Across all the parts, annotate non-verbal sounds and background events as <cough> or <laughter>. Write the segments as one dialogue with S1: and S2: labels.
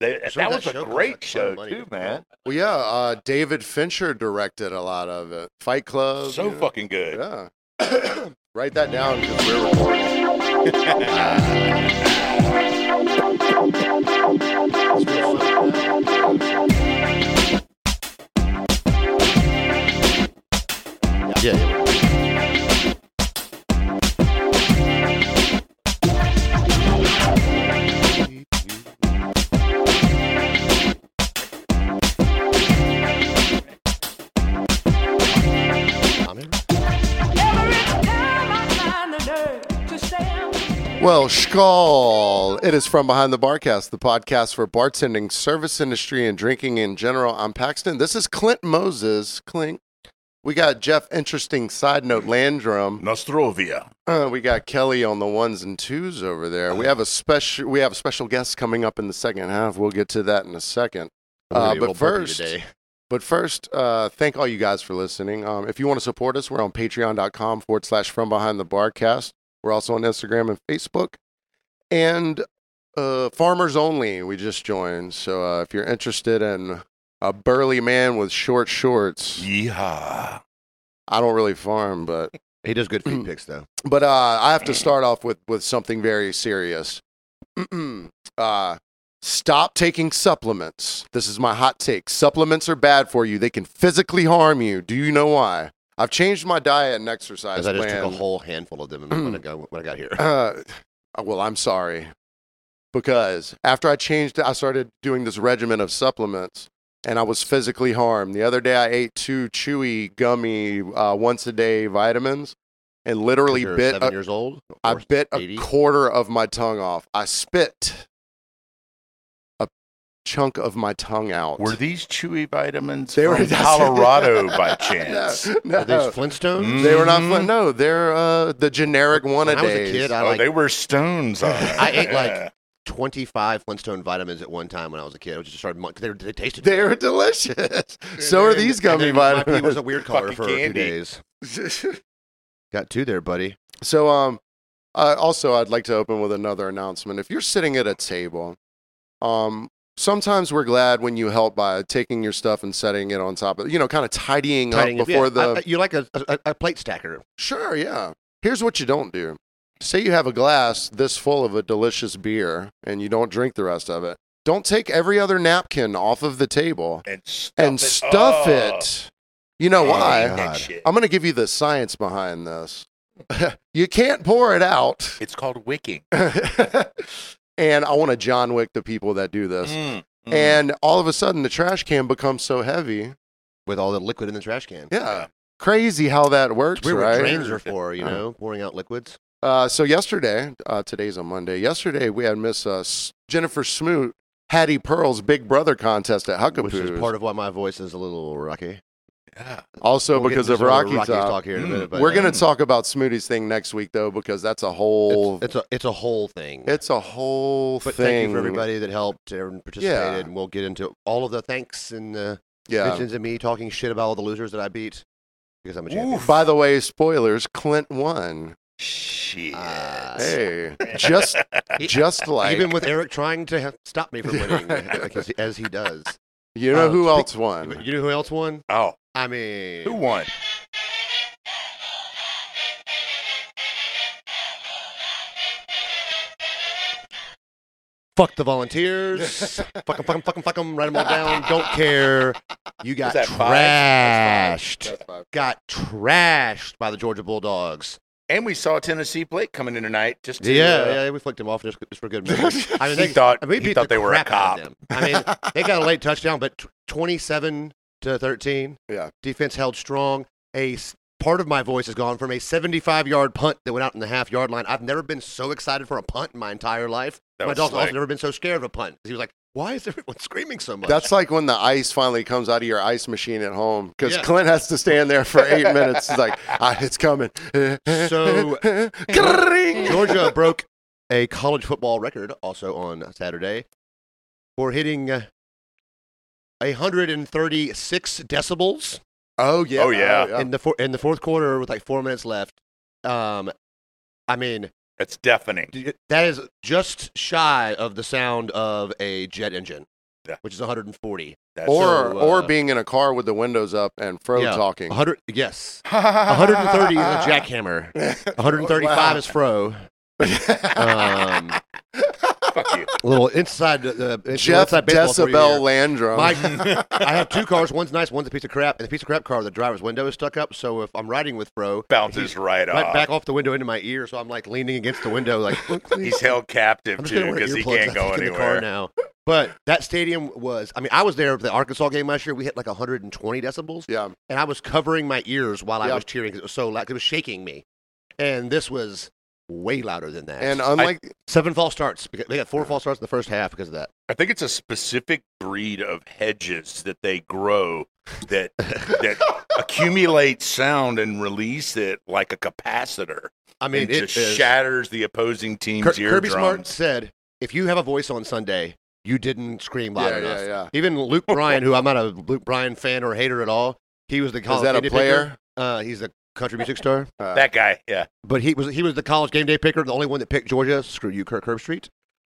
S1: They, that,
S2: sure that
S1: was
S2: show
S1: a
S2: cost a ton
S1: great
S2: of
S1: show
S2: money to
S1: too,
S2: film.
S1: man.
S3: Well, yeah, uh, David Fincher directed a lot of it. Fight
S2: Oh,
S3: Club.
S1: So
S3: you know,
S1: fucking good.
S3: Yeah. <coughs> Write that down because
S1: <laughs>
S3: we're recording. Yeah, yeah.
S2: Tommy?
S3: Well, Skull, it is from Behind the Barcast, the podcast for bartending, service industry, and drinking in general. I'm Paxton. This is Clint Moses. Clint. We got Jeff, interesting side note, Landrum.
S1: Nostrovia.
S3: Uh, we got Kelly on the ones and twos over there. We have a special. We have a special guest coming up in the second half. We'll get to that in a second.
S2: We're gonna
S3: Uh,
S2: be
S3: but
S2: real burpy
S3: first- <clears throat>
S2: today.
S3: But first, uh, thank all you guys for listening. Um, if you want to support us, we're on patreon.com forward slash from behind the barcast. We're also on Instagram and Facebook. And uh, Farmers Only, we just joined. So uh, if you're interested in a burly man with short shorts,
S1: Yeehaw.
S3: I don't really farm, but
S2: he does good <clears throat> feed picks though.
S3: but uh, I have to start off with, with something very serious. <clears throat> uh, stop taking supplements. This is my hot take. Supplements are bad for you. They can physically harm you. Do you know why? I've changed my diet and exercise
S2: Because I just
S3: plan.
S2: took a whole handful
S3: <clears throat>
S2: of them when I got when I got here.
S3: Uh, well, I'm sorry because after I changed, I started doing this regimen of supplements, and I was physically harmed. The other day, I ate two chewy gummy uh, once a day vitamins, and literally
S2: You're
S3: bit
S2: seven
S3: a,
S2: years old.
S3: I
S2: Or-
S3: <laughs> bit
S2: 80?
S3: a quarter of my tongue off. I spit a chunk of my tongue out.
S1: Were these chewy vitamins
S3: They were- <laughs>
S1: from
S2: <laughs>
S1: Colorado by chance?
S3: no,
S2: Are these
S3: no.
S2: Flintstones?
S1: Mm.
S3: they were not. Fl- no, they're uh, the generic one
S2: When
S3: a
S2: I was
S3: day.
S2: a kid, I
S1: oh,
S2: like
S1: they were stones. On it.
S2: <laughs> I ate like-
S1: Yeah.
S2: 25 Flintstone vitamins at one time when I was a kid. I was just started because they, were- they
S3: <laughs>
S2: tasted.
S3: They are
S2: <laughs>
S3: delicious. so are these gummy
S2: And then my pee was
S3: vitamins.
S2: a weird color
S1: Fucking
S2: for two
S1: candy.
S2: days. <laughs> Got two there, buddy.
S3: <laughs> so, um, uh, also, I'd like to open with another announcement. If you're sitting at a table, um, sometimes we're glad when you help by taking your stuff and setting it on top of, you know, kind of tidying,
S2: Tidying
S3: up
S2: up- yeah,
S3: before the.
S2: I- I- you're like a, a, a plate stacker.
S3: Sure, yeah. Here's what you don't do. Say you have a glass this full of a delicious beer and you don't drink the rest of it. Don't take every other napkin off of the table
S1: and stuff
S3: and
S1: it.
S3: stuff
S1: Oh,
S3: it. You know
S2: Oh,
S1: I hate
S3: why?
S1: that
S2: God.
S1: shit.
S3: I'm going to give you the science behind this. <laughs> you can't pour it out. <laughs>
S1: It's called wicking.
S3: and I want to John Wick the people that do this.
S1: Mm, mm.
S3: And all of a sudden, the trash can becomes so heavy.
S2: with all the liquid in the trash can.
S3: Yeah. Crazy how that works,
S2: It's weird
S3: right?
S2: what drains are for, you
S3: Yeah.
S2: know, pouring out liquids.
S3: Uh, so yesterday, uh, today's a Monday. Yesterday we had Miss uh, S- Jennifer Smoot, Hattie Pearl's Big Brother contest at
S2: Which is
S3: Huckapoo.
S2: part of why my voice is a little rocky.
S1: yeah.
S3: also
S2: We'll get
S3: because
S2: into
S3: of
S2: some other
S3: Rocky
S2: Rockies
S3: Top.
S2: talk here in a
S1: Mm.
S2: minute. But
S3: We're
S2: uh,
S3: gonna talk about Smootie's thing next week though, because that's a whole.
S2: It's, it's a it's a whole thing.
S3: it's a whole
S2: but
S3: thing.
S2: thank you for everybody that helped and participated,
S3: Yeah.
S2: and we'll get into all of the thanks and uh,
S3: Yeah.
S2: mentions of me talking shit about all the losers that I beat because I'm a champion. <laughs>
S1: Oof.
S3: By the way, spoilers. Clint won.
S1: Shit.
S2: Ah,
S3: Hey, just just like
S2: <laughs> Even with Eric trying to ha- stop me from
S3: Yeah, <laughs>
S2: winning,
S3: right.
S2: like, as, as he does.
S3: you know
S2: uh,
S3: who
S2: speak-
S3: else won?
S2: You know who else won?
S1: oh,
S2: I mean,
S1: who won?
S2: fuck
S3: <laughs>
S2: the volunteers. fuck them, fuck them, fuck them, fuck them. Write them all down. Don't care. You got
S1: that five? That's
S2: trashed. Got trashed by the Georgia Bulldogs.
S1: And we saw Tennessee Blake coming in tonight. Just to,
S2: yeah,
S1: uh,
S2: yeah, we flicked them off just, just
S1: <laughs>
S2: for good measure. I mean,
S1: He
S2: they
S1: thought-
S2: I mean, we
S1: he
S2: beat
S1: thought
S2: the
S1: they were a
S2: crap out of
S1: cop.
S2: them. I mean,
S1: <laughs>
S2: they got a late touchdown, but tw- twenty-seven to thirteen.
S3: Yeah.
S2: defense held strong. A s- part of my voice has gone from a seventy-five yard punt that went out in the half-yard line. I've never been so excited for a punt in my entire life.
S1: That
S2: my
S1: was
S2: dog's also
S1: slick.
S2: never been so scared of a punt. He was like, "Why is everyone <laughs> screaming
S1: <laughs>
S2: so much?"
S3: That's like when the ice finally comes out of your ice machine at home because
S2: Yeah.
S3: Clint has to stand there for
S2: <laughs>
S3: eight minutes. He's like, ah, it's coming.
S2: So-
S3: Kring!
S2: Georgia broke a college football record also on Saturday for hitting uh, 136 decibels
S3: <laughs> oh yeah,
S1: Oh, yeah.
S2: in the four, in the fourth quarter with like four minutes left. Um, I mean,
S1: It's deafening.
S2: D- That is just shy of the sound of a jet engine,
S1: Yeah.
S2: which is 140.
S1: That's
S3: Or
S1: <laughs>
S2: So,
S3: or
S2: uh,
S3: being in a car with the windows up and Fro
S2: Yeah.
S3: talking.
S2: 100, yes.
S1: 130
S2: 130
S1: <laughs>
S2: is a jackhammer. 135
S3: Wow.
S2: is fro. Um, a
S1: Fuck you.
S2: little inside the the- it's
S3: Jeff
S2: inside baseball for you
S3: Decibel
S2: here.
S3: Landrum.
S2: Mike, I have two cars. One's nice. One's a piece of crap. And the piece of crap car, the driver's window is stuck up. So if I'm riding with fro,
S1: Bounces right
S2: right
S1: off.
S2: back <laughs> off the window into my ear. So I'm like leaning against the window, like
S1: He's held captive
S2: I'm just
S1: too
S2: gonna wear
S1: because he
S2: earplugs.
S1: can't
S2: I
S1: go
S2: think, in the car
S1: anywhere.
S2: now. But that stadium was. I mean, I was there for the Arkansas game last year. We hit like 120 decibels,
S3: yeah.
S2: and I was covering my ears while I
S3: Yeah.
S2: was cheering because it was so loud. 'cause It was shaking me, and this was way louder than that.
S3: And uh, unlike
S2: seven false starts. because They got four false starts in the first half because of that. <laughs>
S1: I think it's a specific breed of hedges that they grow that that
S2: <laughs>
S1: accumulate sound and release it like a capacitor.
S2: I mean,
S1: and
S2: it
S1: just
S2: is-
S1: shatters the opposing team's
S2: Kir-
S1: eardrums.
S2: Kirby Smart said, "If you have a voice on Sunday, you didn't scream loud
S3: yeah,
S2: enough."
S3: yeah, yeah.
S2: Even
S3: <laughs>
S2: Luke Bryan, who I'm not a Luke Bryan fan or hater at all, he was the
S3: Is
S2: college
S3: that
S2: game
S3: a
S2: day
S3: player?
S2: Picker. Uh, he's a country music star.
S3: Uh,
S1: That guy, yeah.
S2: but he was he was the college game day picker, the only one that picked Georgia. Screw you, Kirk Herbstreit.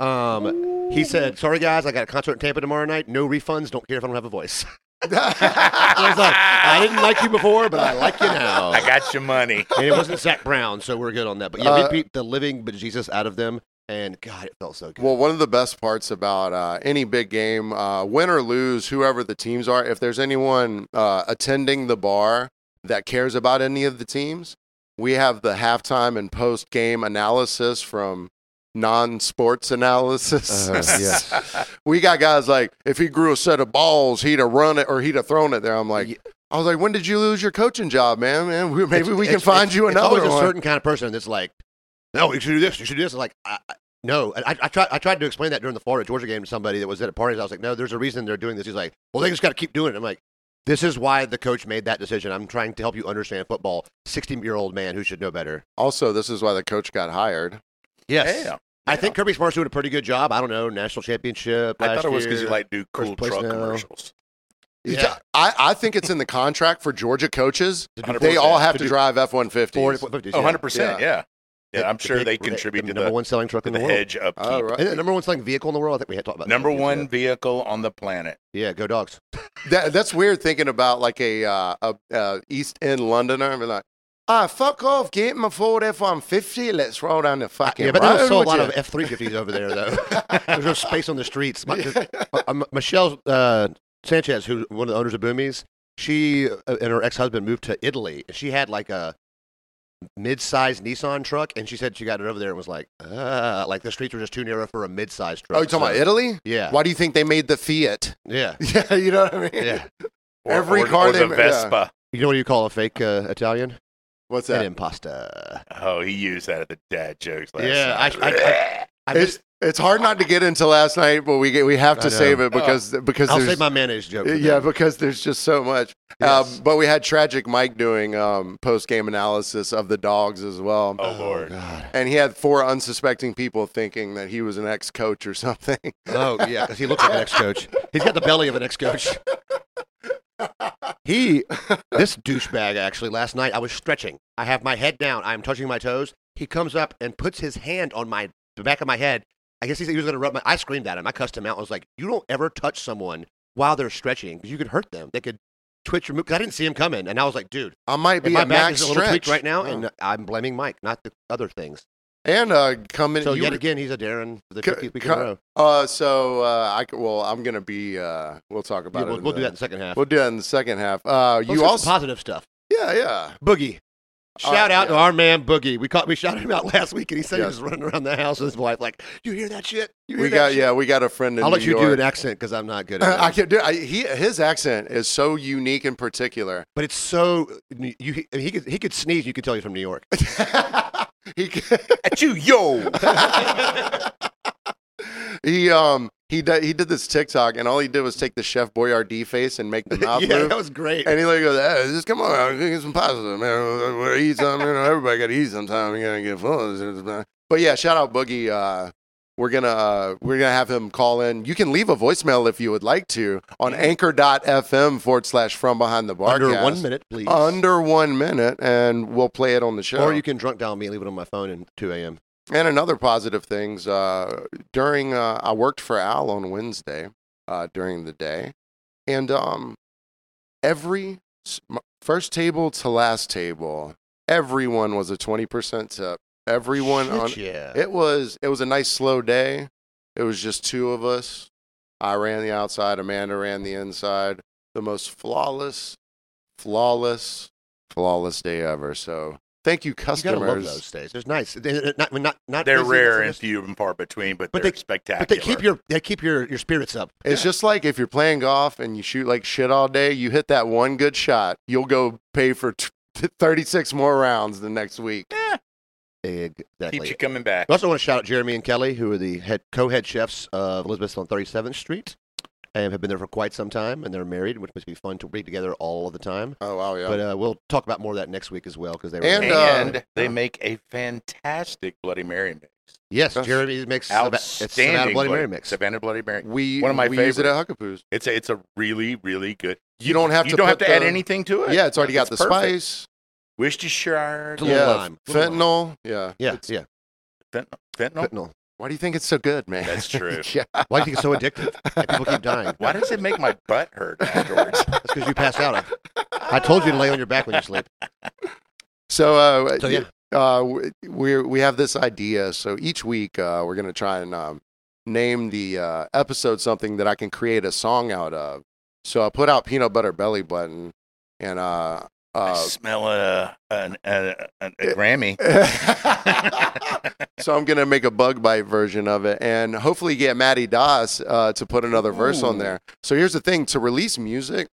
S2: Um, he said, "Sorry guys, I got a concert in Tampa tomorrow night. No refunds. Don't care if I don't have a voice." <laughs>
S3: <laughs>
S2: I was like, "I didn't like you before, but I like
S1: <laughs>
S2: you now."
S1: I got your money.
S2: and it wasn't Zach Brown, so we're good on that. But yeah,
S3: Uh,
S2: we beat the living bejesus out of them, and God, it felt so good.
S3: Well, one of the best parts about uh, any big game, uh, win or lose, whoever the teams are, if there's anyone uh, attending the bar that cares about any of the teams, we have the halftime and post game analysis from non sports analysis.
S2: Uh-huh,
S3: <laughs> we got guys like, if he grew a set of balls, he'd have run it or he'd have thrown it there. I'm like,
S2: Ye-
S3: I was like, when did you lose your coaching job, man? Man, we, maybe
S2: It's-
S3: we can
S2: it's-
S3: find
S2: it's-
S3: you
S2: it's
S3: another
S2: always
S3: one.
S2: a certain kind of person that's like, no, you should do this, you should do this. Like, I, I, no, And I, I tried. I tried to explain that during the Florida Georgia game to somebody that was at a party. I was like, no, there's a reason they're doing this. He's like, well, they just got to keep doing it. I'm like, this is why the coach made that decision. I'm trying to help you understand football. Sixty year old man who should know better.
S3: also, this is why the coach got hired.
S2: <laughs> Yes.
S1: Yeah.
S2: I think Kirby Smart's doing a pretty good job. I don't know national championship.
S1: I
S2: last
S1: thought it was because you
S2: year.
S1: like do cool
S2: First place
S1: truck
S2: now.
S1: commercials.
S2: Yeah.
S3: I, I think it's in the contract for Georgia coaches.
S2: To do
S1: 100%.
S3: They all have
S2: To
S3: to,
S2: do-
S3: drive F one
S2: Ford
S3: fifties.
S2: 450s,
S1: Oh,
S2: yeah.
S1: 100%. Yeah. Yeah,
S2: The-
S1: I'm
S2: the
S1: sure
S2: big-
S1: they contribute to
S2: the number
S1: the,
S2: one selling truck
S1: to
S2: in
S1: the
S2: the, world.
S1: hedge upkeep.
S3: All right.
S2: And the number one selling vehicle in the world. I think we had talked about that.
S1: Number
S2: Yeah.
S1: one vehicle on the planet.
S2: Yeah, go dogs.
S3: That, that's weird thinking about like a uh, a uh, East End Londoner and be like, ah, fuck off, get my Ford F one fifty. Let's roll down the fucking.
S2: Yeah, but there's
S3: road
S2: still a
S3: with
S2: lot
S3: you."
S2: of F three fifties over there,
S3: <laughs>
S2: though. <laughs> there's no space on the streets. My, uh, M- Michelle uh, Sanchez, who's one of the owners of Boomies, she uh, and her ex husband moved to Italy, and she had like a mid-sized Nissan truck, and she said she got it over there and was like, uh, like the streets were just too narrow for a mid-sized truck.
S3: Oh, you talking about
S2: So,
S3: Italy?
S2: Yeah,
S3: Why do you think they made the Fiat? <laughs>
S2: yeah,
S3: Yeah, you know what I mean.
S2: yeah.
S1: Or-
S3: Every
S1: or-
S3: car
S1: or
S3: they
S1: the
S3: ma- yeah.
S1: Vespa.
S2: You know what you call a fake uh, Italian?
S3: What's
S2: An
S3: that?
S2: impasta.
S1: Oh, he used that at the dad jokes last
S2: Yeah, I-
S1: night.
S2: I
S3: It's
S2: missed,
S3: it's hard not to get into last night, but we get, we have
S2: I
S3: to
S2: know.
S3: save it because because
S2: I'll
S3: there's
S2: save my mayonnaise joke. for
S3: yeah
S2: that.
S3: because there's just so much.
S2: Yes.
S3: Um, but we had tragic Mike doing um, post game analysis of the dogs as well.
S1: oh, Lord.
S2: God.
S3: and he had four unsuspecting people thinking that he was an ex-coach or <laughs> something.
S2: Oh yeah, 'cause he looks like an ex-coach. He's got the belly of an ex-coach. He, this douchebag, actually, last night I was stretching. I have my head down. I'm touching my toes. He comes up and puts his hand on my the back of my head. I guess he said he was going to rub my. I screamed at him. I cussed him out. I was like, "You don't ever touch someone while they're stretching. 'cause You could hurt them. They could twitch your move." 'Cause I didn't see him coming, and I was like, "Dude,
S3: I might
S2: and
S3: be
S2: my
S3: a
S2: back
S3: max
S2: is a little
S3: stretch
S2: tweaked right now,
S3: Oh.
S2: and I'm blaming Mike, not the other things."
S3: and uh, coming.
S2: So
S3: you
S2: yet
S3: were-
S2: again, he's a Darren for the
S3: Co-
S2: 50th week in
S3: co-
S2: a row.
S3: uh, so uh, I c- well, I'm gonna be. Uh, we'll talk
S2: Yeah,
S3: about it.
S2: we'll,
S3: in
S2: we'll
S3: the-
S2: do that in the second half.
S3: We'll do that in the second half. Uh,
S2: Let's
S3: you
S2: get some
S3: also,
S2: positive stuff.
S3: yeah, yeah.
S2: Boogie.
S3: All
S2: Shout
S3: right,
S2: out
S3: yeah.
S2: to our man Boogie. We caught we shouted him out <laughs> last week, and he said
S3: Yes.
S2: he was running around the house with his wife, like, "You hear that shit? You hear
S3: We
S2: that
S3: got
S2: shit?"
S3: yeah, we got a friend in
S2: I'll
S3: New
S2: let you do
S3: York. Uh,
S2: an accent because I'm not
S3: <laughs>
S2: good at it.
S3: I can do. I, he his accent is so unique and particular.
S2: but it's so you I mean, he could he could sneeze, you could tell he's from New York. <laughs>
S3: <laughs> he can-
S1: <laughs> At you, yo.
S2: <laughs>
S3: he um he did he did this TikTok and all he did was take the Chef Boyardee face and make the mouth
S2: <laughs> yeah,
S3: move.
S2: that was great.
S3: And he like goes, hey, just come on, I'm gonna get some pasta, man. We're eat some, you know, everybody gotta eat sometime. You gotta get full. But yeah, shout out Boogie. Uh, we're gonna uh, we're gonna have him call in. You can leave a voicemail if you would like to on anchor.fm forward slash from behind the bar.
S2: Under one minute, please.
S3: Under one minute, and we'll play it on the show.
S2: or you can drunk dial me and leave it on my phone at 2 a.m.
S3: And another positive things uh, during uh, I worked for Al on Wednesday uh, during the day, and um, every s- m- first table to last table, everyone was a twenty percent tip. Everyone
S2: Shit,
S3: on
S2: yeah.
S3: it was it was a nice slow day. It was just two of us. I ran the outside. Amanda ran the inside. The most flawless, flawless, flawless day ever. So thank you,
S2: you gotta
S3: customers.
S2: love those days. They're nice. They're not, not, not
S1: They're
S2: busy,
S1: rare and
S2: just-
S1: few and far between, but,
S2: But
S1: they're
S2: they-
S1: spectacular.
S2: But they keep your they keep your, your spirits up.
S3: It's just like if you're playing golf and you shoot like shit all day, you hit that one good shot, you'll go pay for t- 36 more rounds the next week.
S1: keeps
S2: Exactly.
S1: you coming back.
S2: I also want to shout out Jeremy and Kelly, who are the head, co-head chefs of Elizabeth on 37th Street, and have been there for quite some time. And they're married, which must be fun to be together all the time.
S3: Oh, wow. Yeah.
S2: But uh, we'll talk about more of that next week as well because they were
S3: And,
S2: there.
S3: uh,
S1: And they make a fantastic Bloody Mary mix.
S2: yes, Jeremy makes Sava- it's
S1: Outstanding
S2: Savannah Bloody Mary mix.
S1: Savannah Bloody Mary.
S3: we,
S1: one of my
S3: we use it at Huckapoo's.
S1: It's a it's a really really good.
S3: You don't have
S1: you
S3: to
S1: don't have to
S3: put
S1: add
S3: the-
S1: anything to it.
S3: Yeah, it's already got
S1: It's
S3: the
S1: perfect.
S3: spice.
S1: Worcestershire.
S2: It's a little
S3: yeah,
S2: lime, little lime.
S3: Fentanyl. Yeah.
S2: Yeah,
S3: It's-
S2: yeah, <laughs>
S1: Fentanyl.
S2: fentanyl.
S3: Why do you think it's so good, man? <laughs>
S1: That's true.
S3: yeah.
S2: Why do you think it's
S3: <laughs>
S2: so addictive? And people keep dying.
S1: Why does it make my butt hurt
S2: <laughs>
S1: afterwards?
S2: That's because you pass out. I told you to lay on your back when you sleep.
S3: So, uh,
S2: So, yeah.
S3: uh, w- we we have this idea. So each week uh, we're gonna try and um, name the uh, episode something that I can create a song out of. So I put out peanut butter belly button, and uh,
S1: I
S3: uh,
S1: smell a an, a, a, a
S3: it-
S2: <laughs>
S1: Grammy.
S3: so I'm gonna make a bug bite version of it, and hopefully get Matty Das uh, to put another verse on
S1: Ooh.
S3: there. So here's the thing: to release music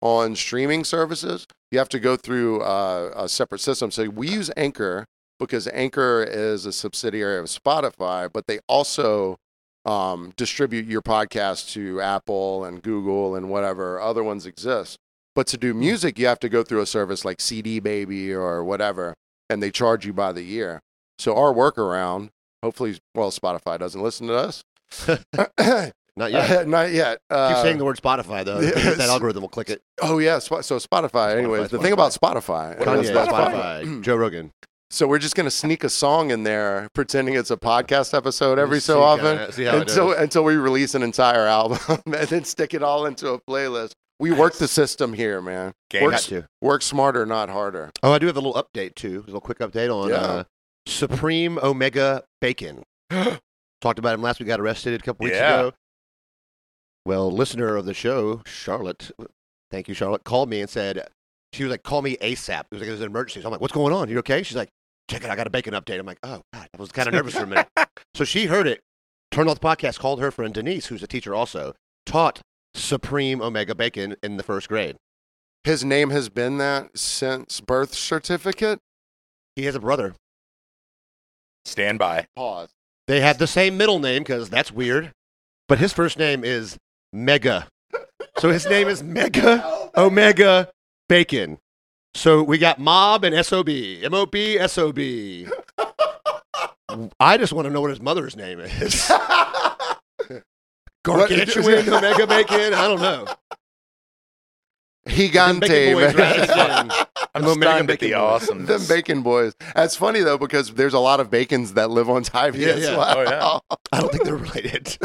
S3: on streaming services, you have to go through uh, a separate system. So we use Anchor because Anchor is a subsidiary of Spotify, but they also um, distribute your podcast to Apple and Google and whatever other ones exist. But to do music, you have to go through a service like CD Baby or whatever, and they charge you by the year. So our workaround, hopefully, well, Spotify doesn't listen to <laughs> us.
S2: Not yet.
S3: Not yet. Uh,
S2: keep saying the word Spotify though.
S3: yes.
S2: That algorithm will click it.
S3: oh yeah. Spo- So Spotify. anyways, the thing
S2: Spotify.
S3: about Spotify.
S1: What about
S2: Kanye,
S1: Spotify?
S2: Spotify, Joe Rogan.
S3: <clears throat> So we're just gonna sneak a song in there, pretending it's a podcast episode every
S2: Let's
S3: so
S2: see,
S3: often.
S2: uh, see how it
S3: until
S2: does.
S3: until we release an entire album <laughs> and then stick it all into a playlist. We work the system here, man.
S1: Game
S2: Got
S3: Works-
S2: to.
S3: Work smarter, not harder.
S2: Oh, I do have a little update too. A little quick update on
S3: Yeah.
S2: uh, Supreme Omega Bacon. Talked about him last week. Got arrested a couple weeks
S1: Yeah.
S2: ago. Well, listener of the show, Charlotte, thank you, Charlotte, called me and said she was like, "Call me ASAP." It was like it was an emergency. So I'm like, "What's going on? You okay?" She's like, "Check it. I got a bacon update." I'm like, "Oh God," I was kind of nervous for a minute. So she heard it, turned off the podcast, called her friend Denise, who's a teacher also, taught Supreme Omega Bacon in the first grade.
S3: His name has been that since birth certificate.
S2: He has a brother.
S1: Stand by.
S3: Pause. <laughs>
S2: They have the same middle name because that's weird. But his first name is Mega. So his name is Mega Omega Bacon. So we got Mob and SOB. MOB, SOB. I just want to know what his mother's
S3: <laughs>
S2: name is. Gargantuan Omega Bacon? I don't know. Them
S3: Gigante.
S2: Bacon boys rise <laughs>
S3: man.
S2: again.
S1: I'm
S2: Omega
S1: stunned at
S2: Bacon
S1: the
S2: Boy.
S3: Them
S1: awesomeness.
S3: bacon boys. That's funny though because there's a lot of bacons that live on time.
S2: Yeah,
S3: as
S2: yeah.
S3: well.
S1: Oh,
S3: <laughs>
S1: yeah.
S2: I don't think they're related.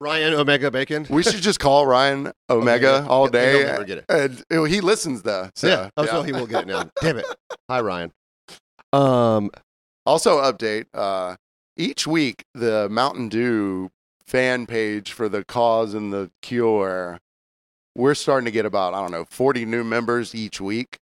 S2: Ryan Omega Bacon?
S3: We should just call Ryan Omega all
S2: Oh, Yeah, they'll
S3: day.
S2: never get it.
S3: And uh, he listens though. So,
S2: yeah, oh,
S3: yeah.
S2: so he will get it now. Damn it. Hi, Ryan. Um,
S3: Also, update uh, each week the Mountain Dew fan page for the cause and the cure. We're starting to get about I don't know forty new members each week.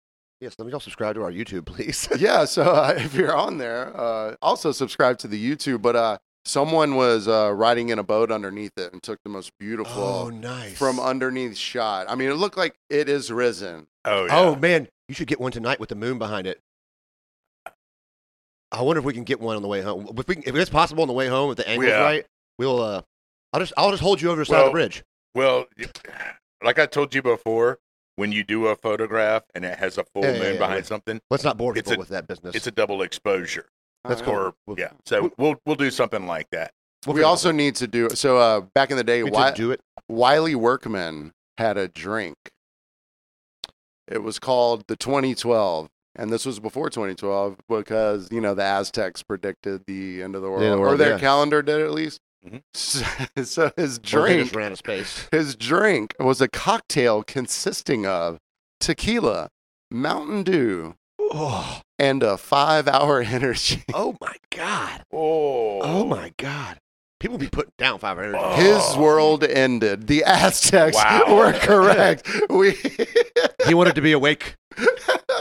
S2: yes, let me all subscribe to our YouTube,
S3: <laughs>
S2: please.
S3: yeah, so uh, if you're on there, uh, also subscribe to the YouTube. But uh, someone was uh, riding in a boat underneath it and took the most beautiful
S2: <laughs> Oh, nice.
S3: from underneath shot. I mean, it looked like it is risen.
S1: Oh, yeah.
S2: Oh man, you should get one tonight with the moon behind it. I wonder if we can get one on the way home. If, we can, if it's possible on the way home, if the angle's
S1: Yeah.
S2: right, we'll. Uh, I'll just I'll just hold you over the side of
S1: Well-
S2: the bridge.
S1: Well, y- like I told you before, when you do a photograph and it has a full
S2: Yeah, yeah,
S1: moon
S2: yeah,
S1: behind
S2: yeah.
S1: something,
S2: Let's not bore
S1: it's
S2: people
S1: a-
S2: with that business.
S1: it's a double exposure.
S2: That's cool.
S1: Or
S2: Oh, We'll-
S1: yeah, so we'll we'll do something like that.
S2: We'll
S3: we
S2: figure it
S3: also
S2: out.
S3: need to do so. Uh, back in the day,
S2: We need
S3: why,
S2: to do it.
S3: Wiley Workman had a drink. It was called the 2012. And this was before 2012 because, you know, the Aztecs predicted the end of the world,
S2: end of the
S3: or
S2: world,
S3: their
S2: yeah. Mm-hmm.
S3: calendar did at least.
S1: Mhm.
S3: <laughs> So, so his
S2: Well, they
S3: drink
S2: just ran out of space.
S3: his drink was a cocktail consisting of tequila, Mountain Dew,
S2: Oh,
S3: and a five hour <laughs> energy.
S2: oh my god!
S1: Oh.
S2: Oh my god! People be putting down five hundred.
S1: Oh.
S3: His world ended. The Aztecs
S1: Wow. <laughs>
S3: were correct. We <laughs>
S2: He wanted to be awake.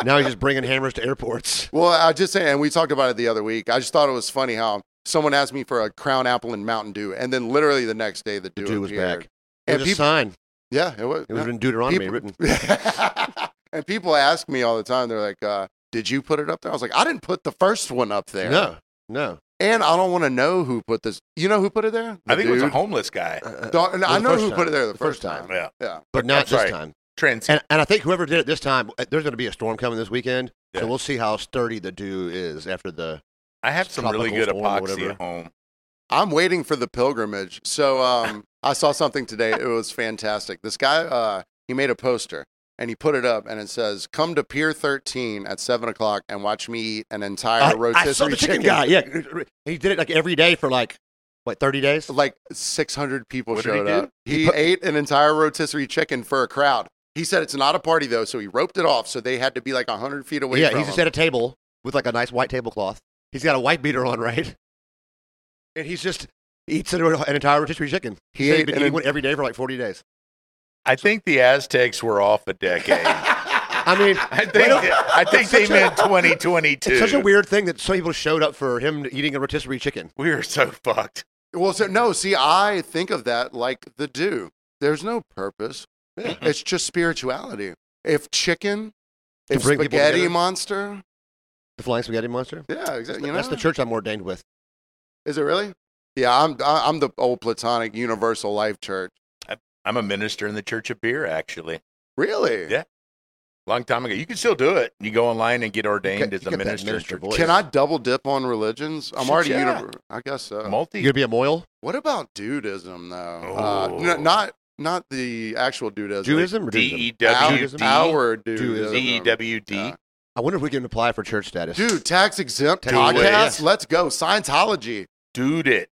S2: Now he's just bringing hammers to airports.
S3: well, I just saying, and we talked about it the other week. I just thought it was funny how someone asked me for a Crown Apple and Mountain Dew, and then literally the next day the Dew,
S2: The dude was
S3: appeared.
S2: back. It
S3: And
S2: was a
S3: people,
S2: sign.
S3: yeah, it was.
S2: It was in Deuteronomy
S3: People-
S2: written.
S3: <laughs> and people ask me all the time. They're like, uh, "Did you put it up there?" I was like, "I didn't put the first one up there."
S2: No, no.
S3: And I don't want to know who put this. You know who put it there?
S1: I think it was a
S3: dude.
S1: homeless guy.
S2: Uh,
S3: Don't- and
S2: It was
S3: I
S2: the
S3: know
S2: first
S3: who put
S2: time.
S3: it there the,
S2: The
S3: first
S2: first
S3: time.
S1: Yeah.
S2: but not
S1: That's
S2: this
S1: right.
S2: time.
S1: Trans.
S2: Uh, And, and I think whoever did it this time, uh, there's going to be a storm coming this weekend.
S1: Yeah.
S2: So we'll see how sturdy the dew is after the.
S1: I have some really good
S2: Tropical storm or
S1: epoxy
S2: whatever.
S1: at home.
S3: I'm waiting for the pilgrimage. So um, I saw something today. It was fantastic. This guy, uh, he made a poster and he put it up and it says, "Come to Pier 13 at seven o'clock and watch me eat an entire rotisserie
S2: I saw the chicken, guy. Yeah, he did it like every day for like what thirty days.
S3: Like 600 people
S1: What did he
S3: showed
S1: do?
S3: up. He, ate an entire rotisserie chicken for a crowd. He said it's not a party though, so he roped it off. So they had to be like 100 feet away.
S2: yeah,
S3: from
S2: he's
S3: him.
S2: just at a table with like a nice white tablecloth. He's got a white beater on, <laughs> right? And he's just eats an, an entire rotisserie chicken.
S3: He
S2: He
S3: ate
S2: ate been
S3: an
S2: eating
S3: en-
S2: one every day for like forty days.
S1: I think the Aztecs were off a
S2: <laughs>
S1: decade.
S2: I mean,
S1: I think I think they
S2: such a-
S1: meant 2022.
S2: it's such a weird thing that some people showed up for him eating a rotisserie chicken.
S1: We are so fucked.
S3: Well, so no, see, I think of that like the do. There's no purpose. It's just spirituality. If chicken,
S2: To
S3: if
S2: bring people
S3: spaghetti
S2: together.
S3: monster,
S2: The flying spaghetti monster.
S3: yeah, exactly. You know,
S2: That's the church I'm ordained with.
S3: Is it really? Yeah, I'm I- I'm the old Platonic Universal Life Church.
S1: I'm a minister in the Church of Beer, actually.
S3: Really?
S1: Yeah. Long time ago. You can still do it. You go online and get ordained
S2: you
S1: as a
S2: get that
S1: minister. in
S2: minister
S1: Church-
S2: voice.
S3: Can I double dip on religions? I'm
S1: Shit,
S3: already
S1: yeah.
S3: univer- I guess so.
S1: Multi.
S2: You gonna be a moil?
S3: what about dudism though? Uh,
S1: Oh.
S3: n- not not the actual dudism.
S2: Judaism or
S1: D
S2: Judaism?
S1: E
S3: Our,
S1: W
S2: Judaism?
S1: D.
S3: our
S1: D E
S3: dudism.
S1: W D.
S3: Yeah.
S2: I wonder if we can apply for church status.
S3: Dude, tax exempt
S2: Tax exempt,
S3: podcast.
S2: yeah.
S3: Let's go. Scientology.
S1: Dude it.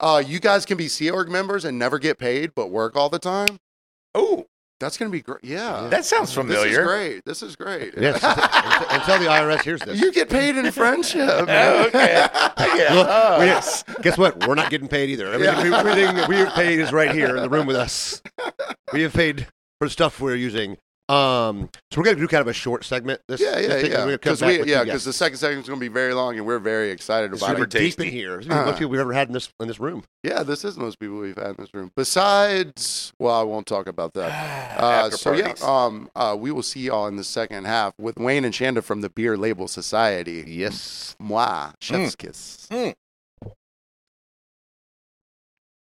S3: Uh, you guys can be Sea Org members and never get paid, but work all the time.
S1: Oh,
S3: That's gonna be great. Yeah,
S1: that sounds
S3: this is
S1: familiar.
S3: great. This is great. <laughs>
S2: Yes. until, until the IRS hears this.
S3: you get paid in
S2: <laughs>
S3: friendship.
S2: Oh,
S3: man.
S1: okay. <laughs> Yeah.
S2: Look,
S1: Oh.
S2: we- guess what? We're not getting paid either. Everything,
S3: Yeah. <laughs>
S2: everything we have paid is right here in the room with us. We have paid for stuff we're using. Um, so we're gonna do kind of a short segment. This,
S3: Yeah,
S2: this
S3: yeah,
S2: thing, and
S3: yeah.
S2: We're gonna come
S3: Because
S2: back
S3: we,
S2: with
S3: yeah,
S2: you guys.
S3: because the second segment's gonna be very long, and we're very excited
S2: It's
S3: about
S2: gonna
S3: it.
S1: super
S2: be deep
S1: tasty.
S2: in here. It's gonna be the
S3: Uh-huh.
S2: most people we've ever had in this in this room.
S3: Yeah, this is the most people we've had in this room. Besides, well, I won't talk about that. Uh,
S1: <laughs> After
S3: so yeah,
S1: parties.
S2: oh,
S3: um, uh, we will see y'all in the second half with Wayne and Shanda from the Beer Label Society.
S2: Yes. Mm.
S3: Moi, chef's kiss.
S2: Hey.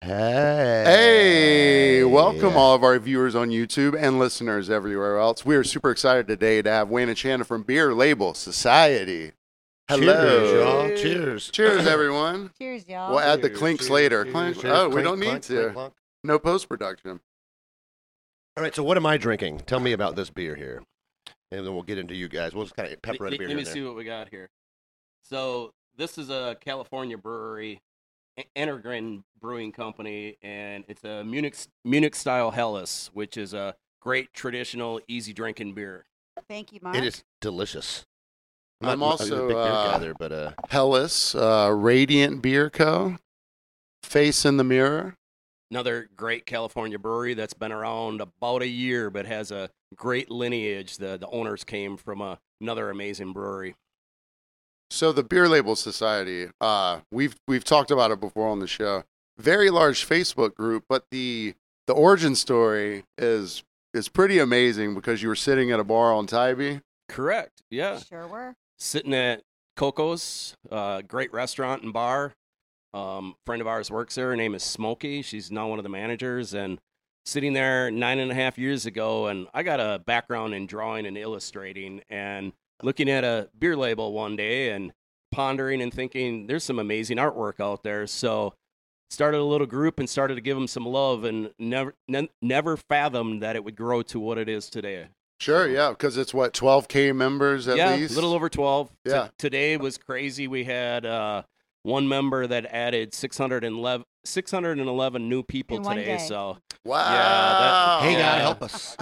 S3: Hey, welcome all of our viewers on YouTube and listeners everywhere else. We are super excited today to have Wayne and Shanda from Beer Label Society. Hello.
S2: Cheers, y'all. Cheers.
S3: Cheers, everyone.
S4: Cheers, y'all.
S3: We'll add the
S2: Cheers,
S3: clinks
S2: cheers,
S3: later.
S2: cheers,
S3: Clink.
S2: cheers,
S3: oh, we
S2: clink,
S3: don't need
S2: clink,
S3: to.
S2: clink, clunk.
S3: No post production.
S2: All right, so what am I drinking? Tell me about this beer here, and then we'll get into you guys. We'll just kind of
S5: Let-
S2: pepper in a
S5: let,
S2: beer.
S5: let
S2: here
S5: me
S2: and
S5: see what we got here. So this is a California brewery, E- Energren Brewing Company, and it's a Munich Munich style Helles, which is a great traditional easy drinking beer.
S3: uh,
S4: Thank you,
S2: there.
S4: Mark.
S2: It is delicious.
S3: I'm
S2: not- a
S3: also,
S2: big beer guy
S3: uh,
S2: there, but uh,
S3: Hellas, uh, Radiant Beer Co. Face in the Mirror.
S5: Another great California brewery that's been around about a year, but has a great lineage. The the owners came from a, another amazing brewery.
S3: So the Beer Label Society, uh, we've we've talked about it before on the show. Very large Facebook group, but the the origin story is is pretty amazing because you were sitting at a bar on Tybee.
S5: Correct. Yeah.
S4: Sure were.
S5: <laughs>
S4: <laughs>
S5: sitting at Coco's, uh, great restaurant and bar. Um, friend of ours works there. Her name is Smokey. She's now one of the managers. And sitting there nine and a half years ago, and I got a background in drawing and illustrating, and looking at a beer label one day and pondering and thinking, there's some amazing artwork out there. So started a little group and started to give them some love, and never ne- never fathomed that it would grow to what it is today.
S3: Sure,
S5: So-
S3: yeah, because it's what 12k members at
S5: yeah,
S3: least.
S5: a little over 12. T-
S3: Yeah.
S5: today was crazy. We had uh, one member that added 611, 611 new people
S4: In one
S5: today.
S4: day. <laughs>
S5: So,
S3: Wow.
S2: Hey,
S5: Yeah.
S2: God, help <laughs> us.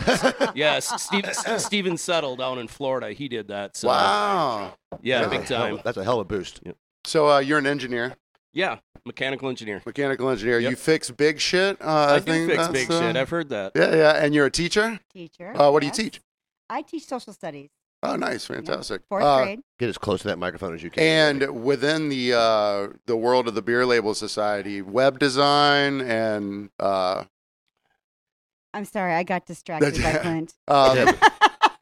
S5: yes, Steve, S- Steven Settle down in Florida, he did that. So,
S3: Wow.
S5: yeah,
S2: That's a
S5: big
S2: hell of-
S5: time.
S2: That's a hell of a boost.
S3: So uh, you're an engineer,
S5: Yeah, mechanical engineer.
S3: mechanical engineer.
S5: Yep.
S3: You fix big shit. Uh,
S5: I, do
S3: think
S5: fix
S3: that's,
S5: big
S3: uh,
S5: shit. I've heard that.
S3: Yeah, yeah, and you're a teacher.
S4: Teacher.
S3: Uh, what do you
S4: yes.
S3: teach?
S4: I teach social studies,
S3: Oh, nice, fantastic.
S4: fourth
S3: Uh,
S4: grade.
S2: Get as close to that microphone as you can.
S3: And within the uh, the world of the beer label society, web design and uh,
S4: I'm sorry, I got distracted
S3: <laughs>
S4: by
S3: yeah.
S4: Clint.
S3: um,
S2: it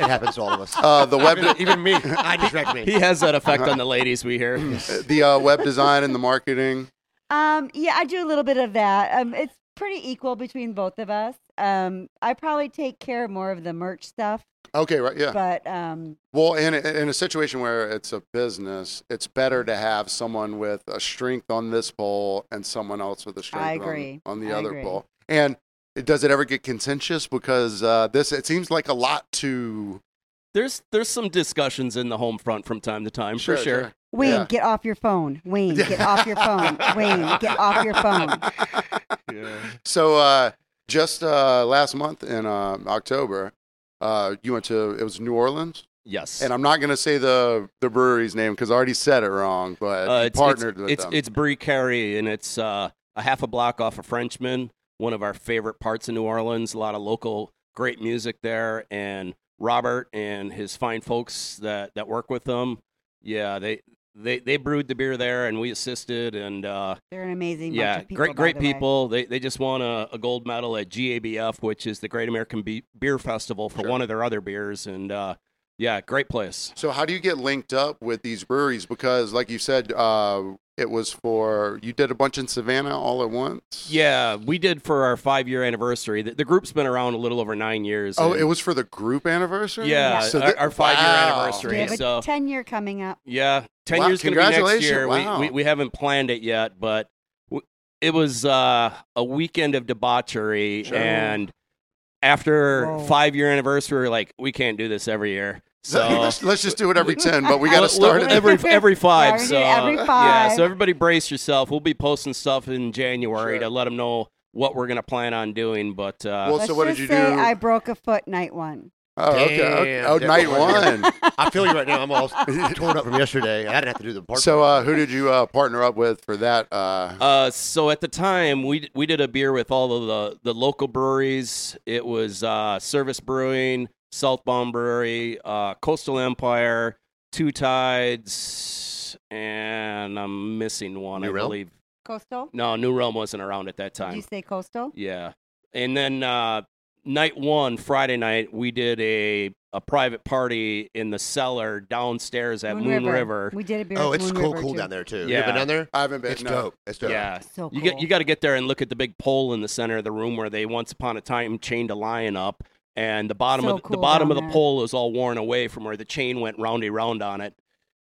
S2: happens to all of us.
S3: <laughs> uh, the web
S4: <laughs>
S2: even, even me. I distract me.
S5: He has that
S3: <laughs>
S5: effect on the ladies we hear.
S3: the uh, web design and the marketing.
S4: Um, yeah, I do a little bit of that. Um, it's pretty equal between both of us. Um, I probably take care of more of the merch stuff,
S3: Okay, right, yeah.
S4: but um,
S3: Well, in a, in a situation where it's a business, it's better to have someone with a strength on this pole and someone else with a strength
S4: I
S3: on-
S4: agree.
S3: On, the
S4: I
S3: other
S4: agree.
S3: pole. And does it ever get contentious? Because uh, this it seems like a lot to
S5: There's there's some discussions in the home front from time to time,
S3: Sure,
S5: for sure.
S3: sure.
S4: Wayne,
S3: Yeah.
S4: get off your phone. Wayne, get off
S3: <laughs>
S4: your phone. Wayne, get off your phone.
S3: So uh, just uh, last month in uh, October, uh, you went to it was New Orleans,
S5: Yes.
S3: and I'm not going to say the the brewery's name because I already said it wrong. But
S5: Uh,
S3: you
S5: it's,
S3: partnered
S5: it's,
S3: with
S5: it's,
S3: them.
S5: It's Brie Carey, and it's uh, a half a block off of Frenchman, one of our favorite parts of New Orleans. A lot of local great music there, and Robert and his fine folks that, that work with them. Yeah, they, they they brewed the beer there, and we assisted, and uh,
S4: They're an amazing bunch
S5: yeah,
S4: of people.
S5: great
S4: by
S5: great
S4: the way.
S5: people. They they just won a, a gold medal at GABF, which is the Great American Be- Beer Festival for
S3: Sure.
S5: one of their other beers, and uh, yeah, great place.
S3: So how do you get linked up with these breweries? Because like you said, uh, it was for you did a bunch in Savannah all at once.
S5: Yeah, we did for our five year anniversary. The, the group's been around a little over nine years.
S3: Oh,
S5: and-
S3: it was for the group anniversary.
S5: yeah,
S3: So
S5: our,
S3: thi-
S5: our five year
S3: wow.
S4: We
S5: anniversary.
S4: have a
S5: So
S4: ten year coming up.
S5: yeah, ten
S3: Wow,
S5: years gonna be next
S3: congratulations,
S5: year.
S3: wow.
S5: We, we we haven't planned it yet, but w- it was uh, a weekend of debauchery,
S3: Sure.
S5: and after
S4: Whoa.
S5: five year anniversary, we we're like, we can't do this every year.
S3: <laughs>
S5: So.
S3: let's, let's just do it every ten, but we got to
S5: Well,
S3: start
S5: well,
S3: it.
S4: <laughs>
S5: every every five.
S4: Started
S5: So uh,
S4: every
S5: yeah,
S4: five.
S5: so everybody brace yourself. We'll be posting stuff in January
S3: Sure.
S5: to let them know what we're gonna plan on doing. But uh,
S3: Well,
S4: Let's
S3: so what did
S4: just
S3: you
S4: say
S3: do?
S4: I broke a foot night one.
S3: <laughs> oh, okay. okay.
S2: Damn,
S3: Oh,
S2: that
S3: night
S2: was-
S3: one.
S2: I feel you right now. I'm all torn up from yesterday. I didn't have to do the part.
S3: so uh, who did you uh, partner up with for that? Uh,
S5: Uh, so at the time, we we did a beer with all of the the local breweries. It was uh, Service Brewing, Southbound Brewery, uh, Coastal Empire, Two Tides, and I'm missing one.
S2: New
S5: I
S2: Realm?
S5: believe
S4: Coastal?
S5: no, New Realm wasn't around at that
S4: Did you
S5: time.
S4: say coastal?
S5: Yeah, and then uh, night one, Friday night, we did a a private party in the cellar downstairs at Moon, River.
S4: We did a beer.
S2: oh,
S4: with
S2: it's
S4: Moon
S2: cool,
S4: River,
S2: cool
S4: too.
S2: down there too. You
S5: Yeah.
S2: ever been down there?
S3: I haven't been. uh,
S2: It's
S3: no.
S2: dope. It's dope.
S5: Yeah,
S4: So cool.
S5: You get you got to get there and look at the big pole in the center of the room where they once upon a time chained a lion up, and the bottom
S4: So
S5: of the
S4: cool
S5: bottom of
S4: down
S5: the
S4: there.
S5: pole is all worn away from where the chain went roundy round on it.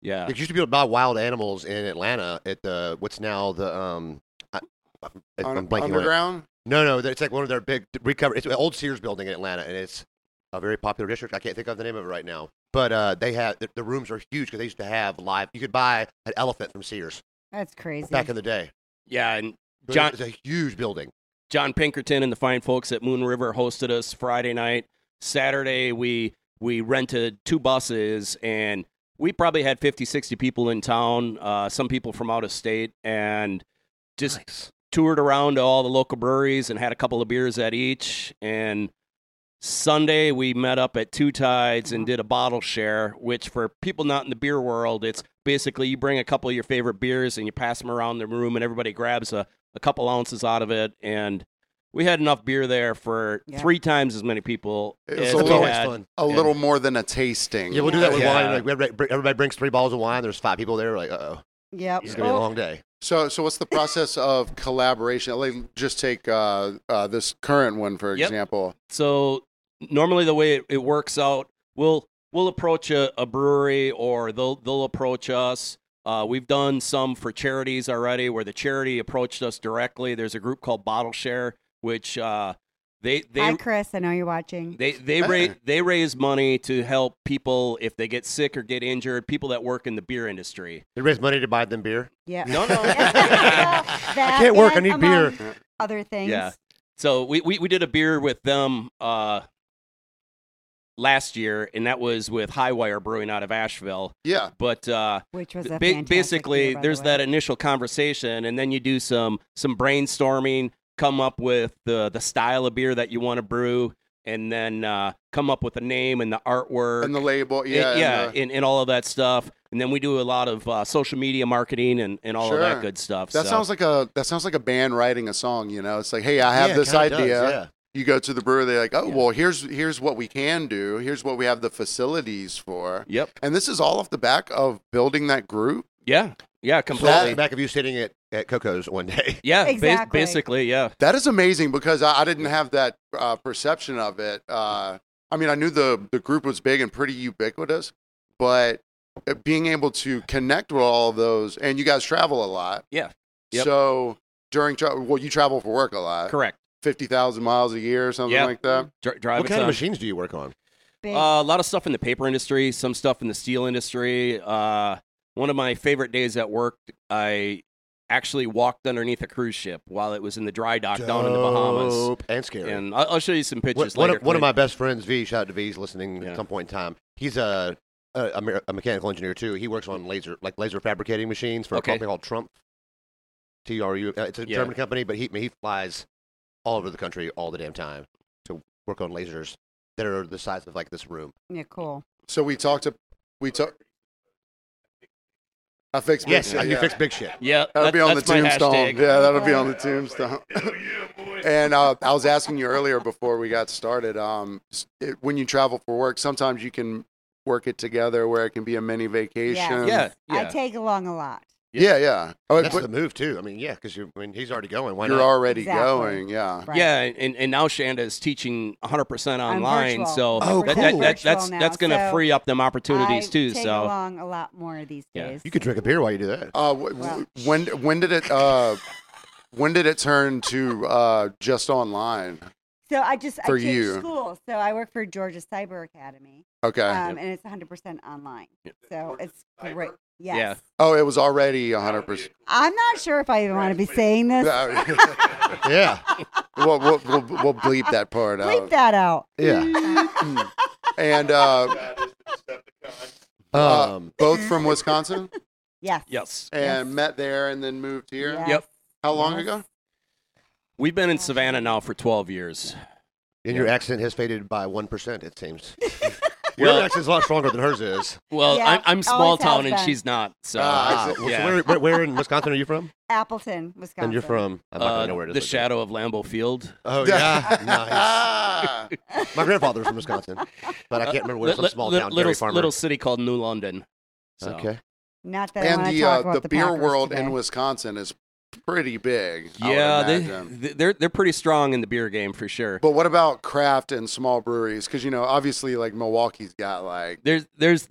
S5: Yeah,
S2: Like, you used to be able to buy wild animals in Atlanta at the what's now the um. I, I'm- I'm
S3: Un-
S2: blanking on it.
S3: underground.
S2: No, no, it's like one of their big recovery. It's an old Sears building in Atlanta, and it's a very popular district. I can't think of the name of it right now, but uh, they have the, the rooms are huge because they used to have live. You could buy an elephant from Sears
S4: That's crazy.
S2: back in the day.
S5: yeah, and
S2: But
S5: John-
S2: it's a huge building.
S5: John Pinkerton and the fine folks at Moon River hosted us Friday night. Saturday we we rented two buses and we probably had 50 60 people in town, uh, some people from out of state and just toured around to all the local breweries and had a couple of beers at each and Sunday we met up at Two Tides and did a bottle share, which for people not in the beer world, it's basically you bring a couple of your favorite beers and you pass them around the room and everybody grabs a, a couple ounces out of it and we had enough beer there for
S4: Yeah.
S5: three times as many people.
S3: It was
S5: as
S3: a
S5: we
S2: It's
S3: little-
S2: always
S5: had.
S2: fun.
S3: A little more than a tasting.
S2: Yeah, we'll do that with
S5: Yeah.
S2: wine. Like we had- br- everybody brings three bottles of wine. There's five people there. Like, uh oh,
S4: Yep.
S2: it's gonna be a long day.
S3: So, so what's the process of collaboration? Like, just take uh, uh, this current one for
S5: Yep.
S3: example.
S5: So normally the way it, it works out, we'll we'll approach a, a brewery or they'll they'll approach us. Uh, we've done some for charities already where the charity approached us directly. There's a group called Bottle Share, which uh, They
S4: Hi,
S5: they
S4: Chris. I know you're watching.
S5: they they raise they raise money to help people if they get sick or get injured. People that work in the beer industry.
S2: They raise money to buy them beer.
S4: Yeah. <laughs>
S2: <laughs>
S5: No, no.
S4: I
S2: can't work, I need beer.
S4: Other things.
S5: Yeah. So we, we, we did a beer with them uh, last year, and that was with Highwire Brewing out of Asheville.
S3: Yeah.
S5: But uh,
S4: Which was a
S5: ba-
S4: fantastic
S5: basically,
S4: beer, by the
S5: there's
S4: way.
S5: that initial conversation, and then you do some some brainstorming, come up with the the style of beer that you want to brew, and then uh, come up with a name and the artwork
S3: And the label.
S5: and-
S3: Yeah. and
S5: yeah,
S3: the-
S5: and, and, all of that stuff. And then we do a lot of uh, social media marketing and, and all of
S3: Sure.
S5: that good stuff.
S3: that
S5: so.
S3: sounds like a that sounds like a band writing a song, you know. It's like, hey, I have
S2: Yeah, it
S3: this
S2: kinda
S3: idea.
S2: does, yeah.
S3: You go to the brewer, they're like, oh,
S5: Yeah.
S3: well, here's here's what we can do. Here's what we have the facilities for.
S5: Yep.
S3: And this is all off the back of building that group.
S5: Yeah.
S2: So
S5: Yeah.
S2: that's
S5: Completely.
S2: the back of you sitting at, at Coco's one day. <laughs>
S5: yeah. bas-
S4: Exactly.
S5: basically. Yeah.
S3: That is amazing because I, I didn't have that uh, perception of it. Uh, I mean, I knew the the group was big and pretty ubiquitous, but uh, being able to connect with all of those, and you guys travel a lot.
S5: Yeah. Yep.
S3: So during travel, well, you travel for work a lot,
S5: Correct.
S3: fifty thousand miles a year or something
S5: Yeah.
S3: like that.
S5: Dri- drive
S2: What
S5: a
S2: kind of
S5: ton.
S2: machines do you work on?
S4: Big.
S5: Uh, a lot of stuff in the paper industry, some stuff in the steel industry. Uh, one of my favorite days at work, I actually walked underneath a cruise ship while it was in the dry dock down in the
S3: Oh,
S5: Bahamas.
S2: Dope and scary.
S5: And I'll, I'll show you some
S2: One-
S5: pictures
S2: one,
S5: later.
S2: of, one of
S5: Clint.
S2: my best friends, V, shout out to V, he's listening
S5: Yeah.
S2: at some point in time. He's a, a, a, me- a mechanical engineer too. He works on laser, like laser fabricating machines for
S5: Okay.
S2: a company called Trump. T R U. uh, It's a
S5: Yeah.
S2: German company, but he he flies all over the country all the damn time to work on lasers that are the size of like this room.
S4: yeah, cool.
S3: So we talked to we talked. I fixed my-
S2: Yes, uh,
S3: yeah,
S2: you
S3: yeah.
S2: fix big shit.
S5: yeah,
S3: That'll
S5: that-
S3: be on the
S5: that's my
S3: tombstone.
S5: hashtag.
S3: Yeah, that'll be on the tombstone. <laughs> and uh, I was asking you earlier before we got started. Um, s- it, when you travel for work, sometimes you can work it together where it can be a mini vacation.
S5: Yeah, yeah.
S4: I take along a lot.
S3: yeah, yeah. Oh,
S2: That's
S3: but
S2: the move too. I mean, yeah, because you. I mean, he's already going. Why
S3: you're
S2: not?
S3: already
S4: Exactly.
S3: going. Yeah,
S4: Right.
S5: Yeah, and, and now Shanda is teaching 100%
S4: I'm
S5: online,
S4: virtual.
S5: so
S2: Oh, cool.
S5: that,
S2: I'm
S5: that, that,
S4: virtual
S5: that's
S4: now,
S5: that's going to
S4: so
S5: free up them opportunities
S4: I
S5: too.
S4: Take
S5: So
S4: along a lot more these
S5: Yeah.
S4: days.
S2: You could drink a beer while you do that.
S3: Uh, w- w-
S4: Wow.
S3: When when did it uh, when did it turn to uh, just online?
S4: so I just
S3: For
S4: I changed
S3: you.
S4: school. So I work for Georgia Cyber Academy,
S3: Okay.
S4: um, and it's 100% online. So it's great. Yes.
S5: Yeah.
S3: oh, it was already 100. percent
S4: I'm not sure if I even want to be
S3: <laughs>
S4: saying this.
S2: yeah,
S3: we'll, we'll, we'll, we'll bleep that part
S4: Bleep
S3: out. Hmm.
S4: that out.
S2: yeah.
S3: And uh, Uh,
S2: Um,
S3: both
S4: <laughs>
S3: from Wisconsin
S4: Yes.
S5: yes,
S3: and
S4: Yes.
S3: met there and then moved here.
S4: Yes.
S5: Yep.
S3: How long
S4: Yes.
S3: ago?
S5: we've been in Savannah now for 12 years.
S2: and your accent has faded by one percent. It
S5: <laughs>
S2: seems.
S5: Well-
S2: your accent's a lot stronger than hers is.
S5: Well,
S4: Yeah,
S5: I'm, I'm
S4: always
S5: small
S4: has
S5: town and
S4: been.
S5: she's not. So,
S3: Ah,
S2: Ah,
S3: so-
S2: well,
S5: yeah.
S2: so where, where, where in Wisconsin are you from?
S4: Appleton, Wisconsin.
S2: And you're from? I'm not
S5: uh,
S2: gonna know where it is.
S5: the
S2: but-
S5: shadow of Lambeau Field.
S2: Oh yeah, nice.
S3: <laughs>
S5: <laughs>
S3: Ah.
S2: My grandfather's from Wisconsin, but I can't remember where.
S5: Li-
S2: Some
S5: li-
S2: small
S5: li-
S2: town
S5: little,
S2: dairy farmer.
S5: little city called New London. So,
S2: Okay.
S4: Not that I
S3: and
S4: want to
S3: the,
S4: talk
S3: uh,
S4: about
S3: the,
S4: the,
S3: beer
S4: Packers
S3: world
S4: today.
S3: in Wisconsin is pretty big. I would
S5: Yeah, they,
S3: imagine.
S5: th- they're they're pretty strong in the beer game for sure.
S3: But what about craft and small breweries? Because you know, obviously, like Milwaukee's got like
S5: There's there's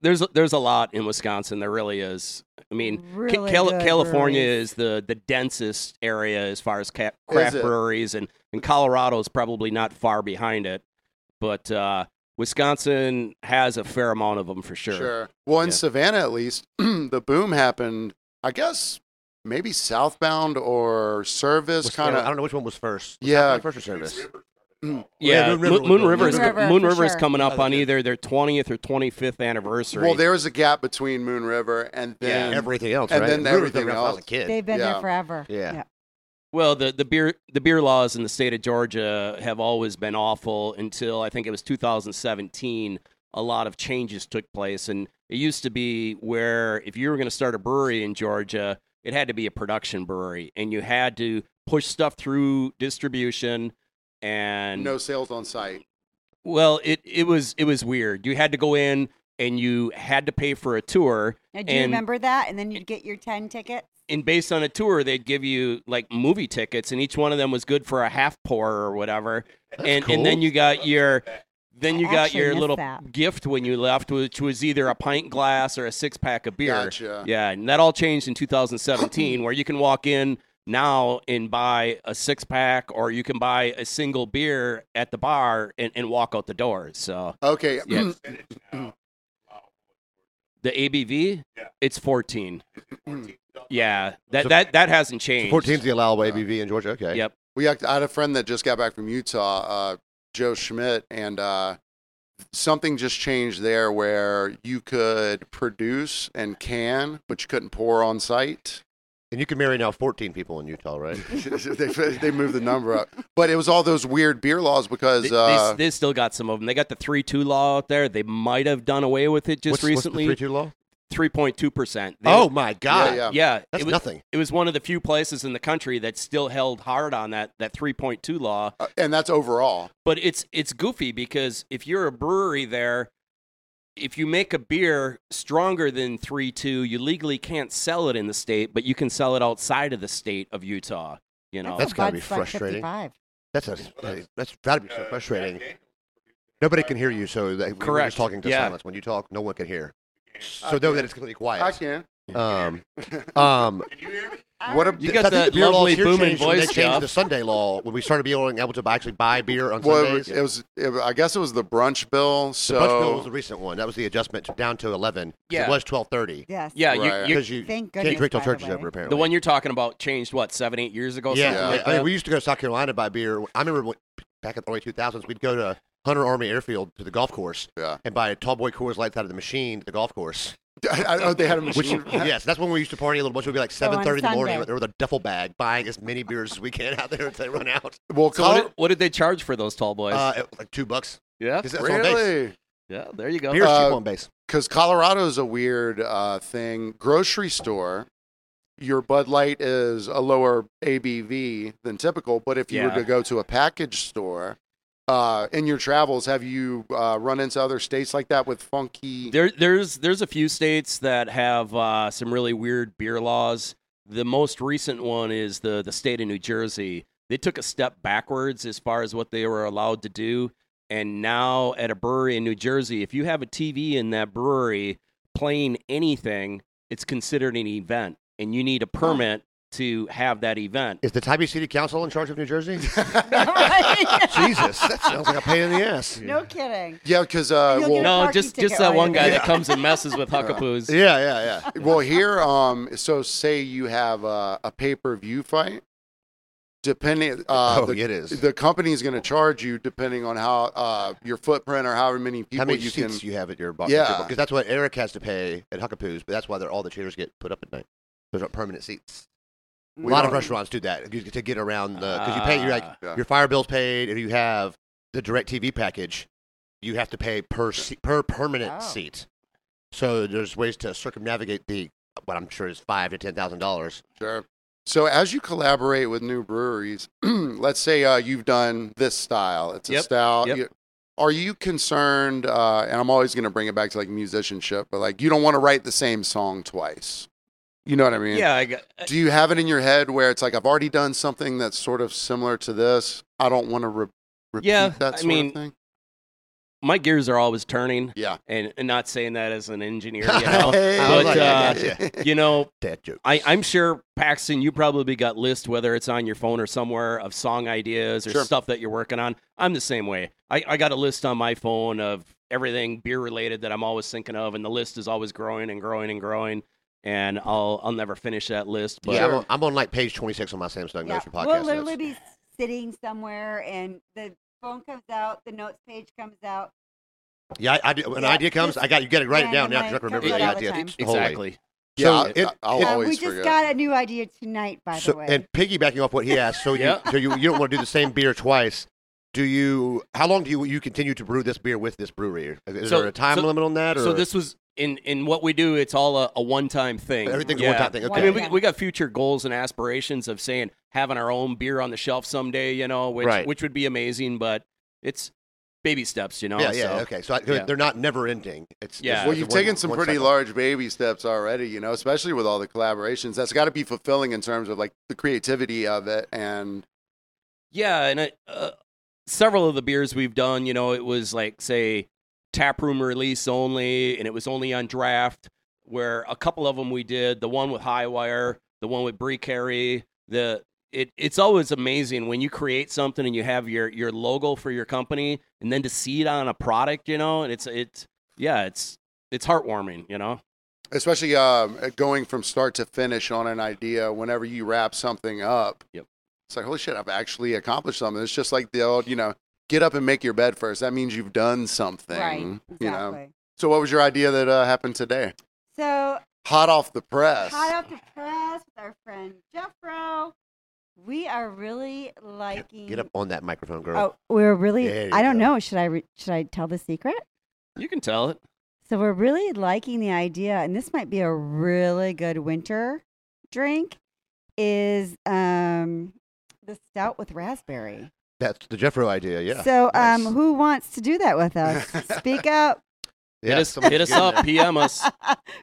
S5: there's there's a lot in Wisconsin. There really is. I mean, Ca-
S4: really
S5: Cali-
S4: good
S5: California
S4: breweries.
S5: is the, the densest area as far as ca-
S3: Is
S5: craft
S3: it?
S5: breweries, and, and Colorado is probably not far behind it. But uh, Wisconsin has a fair amount of them for sure.
S3: Well, in
S5: Yeah.
S3: Savannah, at least, <clears throat> the boom happened. I guess maybe southbound or service
S2: Was-
S3: kind
S2: I don't
S3: of.
S2: know which one was first. Was
S3: Yeah.
S2: that my first or service.
S5: Yeah,
S2: Yeah, Moon River
S5: Moon,
S2: was
S5: Moon
S2: the-
S5: River is
S4: Moon River,
S5: Moon
S4: for
S5: River is
S4: sure.
S5: coming
S2: Yeah,
S5: up
S2: they
S5: on
S2: did.
S5: either their 20th or 25th anniversary.
S3: Well, there was a gap between Moon River and then
S2: Everything else,
S3: and
S2: right?
S3: then
S2: Moon River
S3: everything
S2: when I was a
S3: else.
S2: kid.
S4: They've been
S3: Yeah.
S4: there forever.
S2: Yeah.
S5: Well, the, the beer the beer laws in the state of Georgia have always been awful until I think it was 2017. A lot of changes took place, and it used to be where if you were going to start a brewery in Georgia, it had to be a production brewery, and you had to push stuff through distribution. And
S3: no sales on site.
S5: well, it, it was it was weird. You had to go in and you had to pay for a tour,
S4: Now, do you
S5: And-
S4: remember that? And then you'd get your 10 tickets.
S5: and based on a tour, they'd give you like movie tickets, and each one of them was good for a half pour or whatever. and and then
S2: cool.
S5: you got your then you
S4: I
S5: got
S4: actually
S5: your
S4: missed
S5: little
S4: that.
S5: gift when you left, which was either a pint glass or a six pack of beer.
S3: Gotcha.
S5: Yeah, and that all changed in 2017, where you can walk in now and buy a six pack or you can buy a single beer at the bar and, and walk out the door. So
S3: Okay. mm,
S5: Yeah.
S1: Now,
S5: the ABV,
S1: Yeah.
S5: it's 14.
S3: Mm.
S5: Yeah, that,
S2: So-
S5: that, that hasn't changed.
S2: 14 is the allowable ABV in Georgia. Okay.
S5: Uh, Yep.
S3: We act- I had a friend that just got back from Utah, uh, Joe Schmidt, and uh, something just changed there where you could produce and can, but you couldn't pour on site. <laughs>
S2: And you can marry now 14 people in Utah, right?
S3: they they moved the number up, but it was all those weird beer laws because
S5: They,
S3: uh,
S5: they, they still got some of them. They got the three two law out there. They might have done away with it
S2: What's-
S5: just recently.
S2: What's the 3 2 law?
S5: three point two percent.
S2: Oh, my God.
S3: yeah.
S5: yeah,
S2: That's
S5: it was,
S2: nothing.
S5: it was one of the few places in the country that still held hard on that that three point two law.
S3: uh, and that's overall.
S5: But it's it's goofy because if you're a brewery there, if you make a beer stronger than three two, you legally can't sell it in the state, but you can sell it outside of the state of Utah. You know,
S2: That's
S4: a
S2: gotta
S4: Bud
S2: be
S4: Slut
S2: frustrating.
S4: 55.
S2: That's, a, that's got to be so
S3: uh,
S2: frustrating. Nobody can hear you, so that, we're
S5: Correct.
S2: just talking to
S5: Yeah.
S2: silence. When you talk, no one can hear.
S3: I
S2: So know
S3: can.
S2: that it's completely
S3: I
S2: quiet.
S3: can. <laughs>
S2: Um, um,
S3: What a
S5: You
S2: th-
S5: got
S2: I think
S5: that
S2: the beer laws
S5: lovely
S2: here
S5: booming
S2: changed when
S5: voice,
S2: They changed
S5: Jeff.
S2: the Sunday law when we started being able to buy-
S3: <laughs>
S2: actually buy beer on
S3: well, it
S2: Sundays.
S3: was, it was it, I guess it was the brunch bill. So
S2: the brunch bill was the recent one. That was the adjustment to, down to 11. 'cause
S5: Yeah.
S2: It was 12:30
S4: Yes.
S5: yeah,
S3: Right.
S5: you, you,
S2: because you
S4: Thank goodness.
S2: can't drink till
S4: by the
S2: church is
S4: way. <laughs>
S2: over. Apparently,
S5: the one you're talking about changed what seven eight years ago.
S2: yeah,
S5: something
S2: yeah.
S5: like
S2: I mean,
S5: that?
S2: we used to go to South Carolina to buy beer. I remember when, back in the early 2000s, we'd go to Hunter Army Airfield to the golf course
S3: Yeah.
S2: and buy a tall boy Coors Light out of the machine at the golf course.
S3: <laughs> I, I, they had a
S2: <laughs> Which,
S3: machine.
S2: yes, that's when we used to party a little bunch. It would be like
S4: on
S2: 7:30 in the morning
S4: Sunday.
S2: there with a duffel bag buying as many beers as we can out there until they run out.
S3: Well,
S5: So what
S3: Color-
S5: did, what did they charge for those tall boys?
S2: Uh, it- like two bucks.
S5: yeah,
S2: 'Cause that's on base.
S3: really.
S5: yeah. There you go.
S2: Beer's
S3: Uh,
S2: cheap on base.
S3: because Colorado is a weird uh, thing. Grocery store, your Bud Light is a lower ABV than typical. But if you were
S5: Yeah.
S3: to go to a package store uh, in your travels, have you uh, run into other states like that with funky?
S5: There, there's there's a few states that have uh, some really weird beer laws. The most recent one is the the state of New Jersey. They took a step backwards as far as what they were allowed to do, and now at a brewery in New Jersey, if you have a TV in that brewery playing anything, it's considered an event, and you need a permit to have that event.
S2: Is the Tybee City Council in charge of New <laughs> Jersey?
S4: Right?
S2: Jesus, that sounds like a pain in
S4: <laughs>
S2: the ass.
S4: no kidding.
S3: yeah, because uh,
S4: You'll
S3: well,
S4: get a
S5: No,
S4: parking
S5: just
S4: ticket
S5: just that
S4: right
S5: one guy
S4: away.
S5: that comes and messes <laughs> with Huckapoos.
S2: Yeah, yeah, yeah.
S3: well, here, um, so say you have uh, a pay per view fight, depending, uh,
S2: oh,
S3: the,
S2: it is.
S3: the company is going to charge you depending on how uh, your footprint or however many people
S2: How many
S3: you can.
S2: seats you have at your box?
S3: Yeah.
S2: because that's what Eric has to pay at Huckapoo's, but that's why they're all the chairs get put up at night. Those aren't permanent seats.
S3: We
S2: a lot of
S3: don't-
S2: restaurants do that you- to get around the because you pay you like
S5: Ah.
S3: Yeah.
S2: your fire bill's paid, and you have the direct TV package. You have to pay per se- per permanent
S4: Oh.
S2: seat. So there's ways to circumnavigate the what I'm sure is five to ten
S3: <laughs>
S2: thousand dollars.
S3: Sure. So as you collaborate with new breweries, <clears throat> let's say uh, you've done this style. It's a
S5: Yep.
S3: style.
S5: Yep.
S3: You- are you concerned? Uh, and I'm always going to bring it back to like musicianship, but like you don't want to write the same song twice. You know what I mean?
S5: yeah. I got,
S3: Do you have it in your head where it's like I've already done something that's sort of similar to this? I don't want to re- repeat
S5: Yeah,
S3: that
S5: I
S3: sort
S5: mean-
S3: of thing.
S5: my gears are always turning.
S3: Yeah.
S5: and, and not saying that as an
S2: <laughs>
S5: engineer, you know.
S2: Hey,
S5: I
S2: but,
S5: was like,
S2: uh,
S5: yeah,
S3: <laughs>
S5: you know,
S2: dad joke.
S5: I, I'm sure Paxton, you probably got lists, whether it's on your phone or somewhere, of song ideas or
S3: Sure.
S5: stuff that you're working on. I'm the same way. I, I got a list on my phone of everything beer related that I'm always thinking of, and the list is always growing and growing and growing. And I'll I'll never finish that list. But
S2: yeah, I'm on, I'm on like page 26 on my Samsung
S4: Yeah.
S2: notes for podcast.
S4: we'll
S2: notes.
S4: literally be sitting somewhere and the phone comes out, the notes page comes out.
S2: Yeah, I, I do, an
S4: Yeah,
S2: idea comes,
S4: just
S2: I got you got to write it down
S4: random,
S2: now because I
S4: like,
S2: can remember
S5: comes
S2: the
S5: out all
S4: the
S2: idea.
S4: time.
S2: wholly.
S5: exactly.
S3: yeah,
S2: it-
S3: I, I'll
S2: it-
S4: Uh,
S3: always
S4: we just
S3: forget.
S4: got a new idea tonight, by the
S2: So
S4: way.
S2: and piggybacking off what he asked,
S4: <laughs>
S2: so you
S5: Yeah.
S2: so you, you don't want to do the same beer twice. Do you? How long do you you continue to brew this beer with this brewery? Is
S5: So-
S2: there a time
S5: so-
S2: limit on that? Or
S5: So this was in in what we do. It's all a, a one time thing.
S2: everything's
S5: Yeah.
S2: one time thing.
S4: One
S2: Okay.
S5: I mean, we,
S4: Yeah.
S5: we got future goals and aspirations of saying having our own beer on the shelf someday, you know, which
S2: Right.
S5: which would be amazing, but it's baby steps, you know.
S2: yeah, yeah,
S5: so-
S2: okay. So I,
S5: yeah.
S2: they're not never ending. It's
S5: Yeah.
S2: it's
S3: Well,
S2: just
S3: you've
S2: one-
S3: taken some
S2: one
S3: pretty
S2: cycle.
S3: large baby steps already, you know, especially with all the collaborations. That's got to be fulfilling in terms of like the creativity of it. And
S5: Yeah, and I, uh, several of the beers we've done, you know, it was like say tap room release only, and it was only on draft. Where a couple of them we did the one with Highwire, the one with Brie Carey, the it, it's always amazing when you create something and you have your your logo for your company and then to see it on a product you know and it's it's yeah it's it's heartwarming you know
S3: especially um, going from start to finish on an idea whenever you wrap something up
S5: Yep.
S3: it's like holy shit i've actually accomplished something it's just like the old you know get up and make your bed first that means you've done something
S4: right.
S3: you know
S4: Exactly.
S3: so what was your idea that uh, happened today
S4: So
S3: hot off the press
S4: hot off the press with our friend Jeffro, we are really liking.
S2: Get up on that microphone, girl.
S4: Oh, we're really.
S2: There you
S4: I don't
S2: go.
S4: know. Should I re- should I tell the secret?
S5: you can tell it
S4: So we're really liking the idea, and this might be a really good winter drink. Is um the stout with raspberry?
S2: That's the Jeffro idea, yeah.
S4: So um,
S2: nice.
S4: who wants to do that with us?
S2: <laughs>
S4: Speak up.
S2: yeah,
S5: hit us
S2: someone's
S5: hit us
S2: getting
S5: up
S2: there. <laughs>
S5: pm us
S4: <laughs>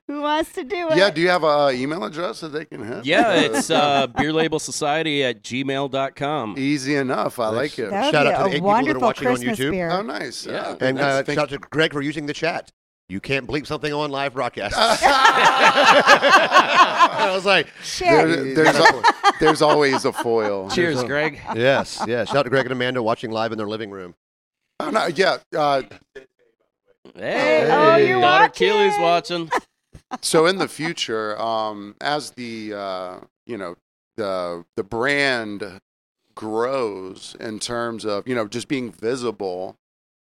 S4: who wants to do it?
S3: yeah do you have a uh, email address that they can hit
S5: yeah
S2: <laughs>
S5: it's uh beer label society at gmail.com
S3: easy enough i like
S2: Nice.
S3: it
S4: That would
S2: Shout
S4: be
S2: out to the eight
S4: a
S2: people that are
S4: wonderful
S2: watching on
S4: Christmas
S2: YouTube. Um,
S4: beer.
S3: oh nice
S5: Yeah.
S2: And uh,
S3: that's-
S2: shout out to Greg for using the chat. You can't bleep something on
S3: <laughs>
S2: live broadcast. <laughs> I
S4: <laughs>
S2: was like,
S3: There-
S4: Shit.
S3: there's al- there's always a <laughs> foil
S5: cheers greg
S2: <laughs> yes, yeah. Shout out to Greg and Amanda watching live in their living room.
S3: oh, no, yeah uh,
S4: Hey, oh, you're
S5: daughter Keely's
S4: watching.
S5: watching
S3: so in the future, um, as the uh, you know the the brand grows in terms of you know just being visible,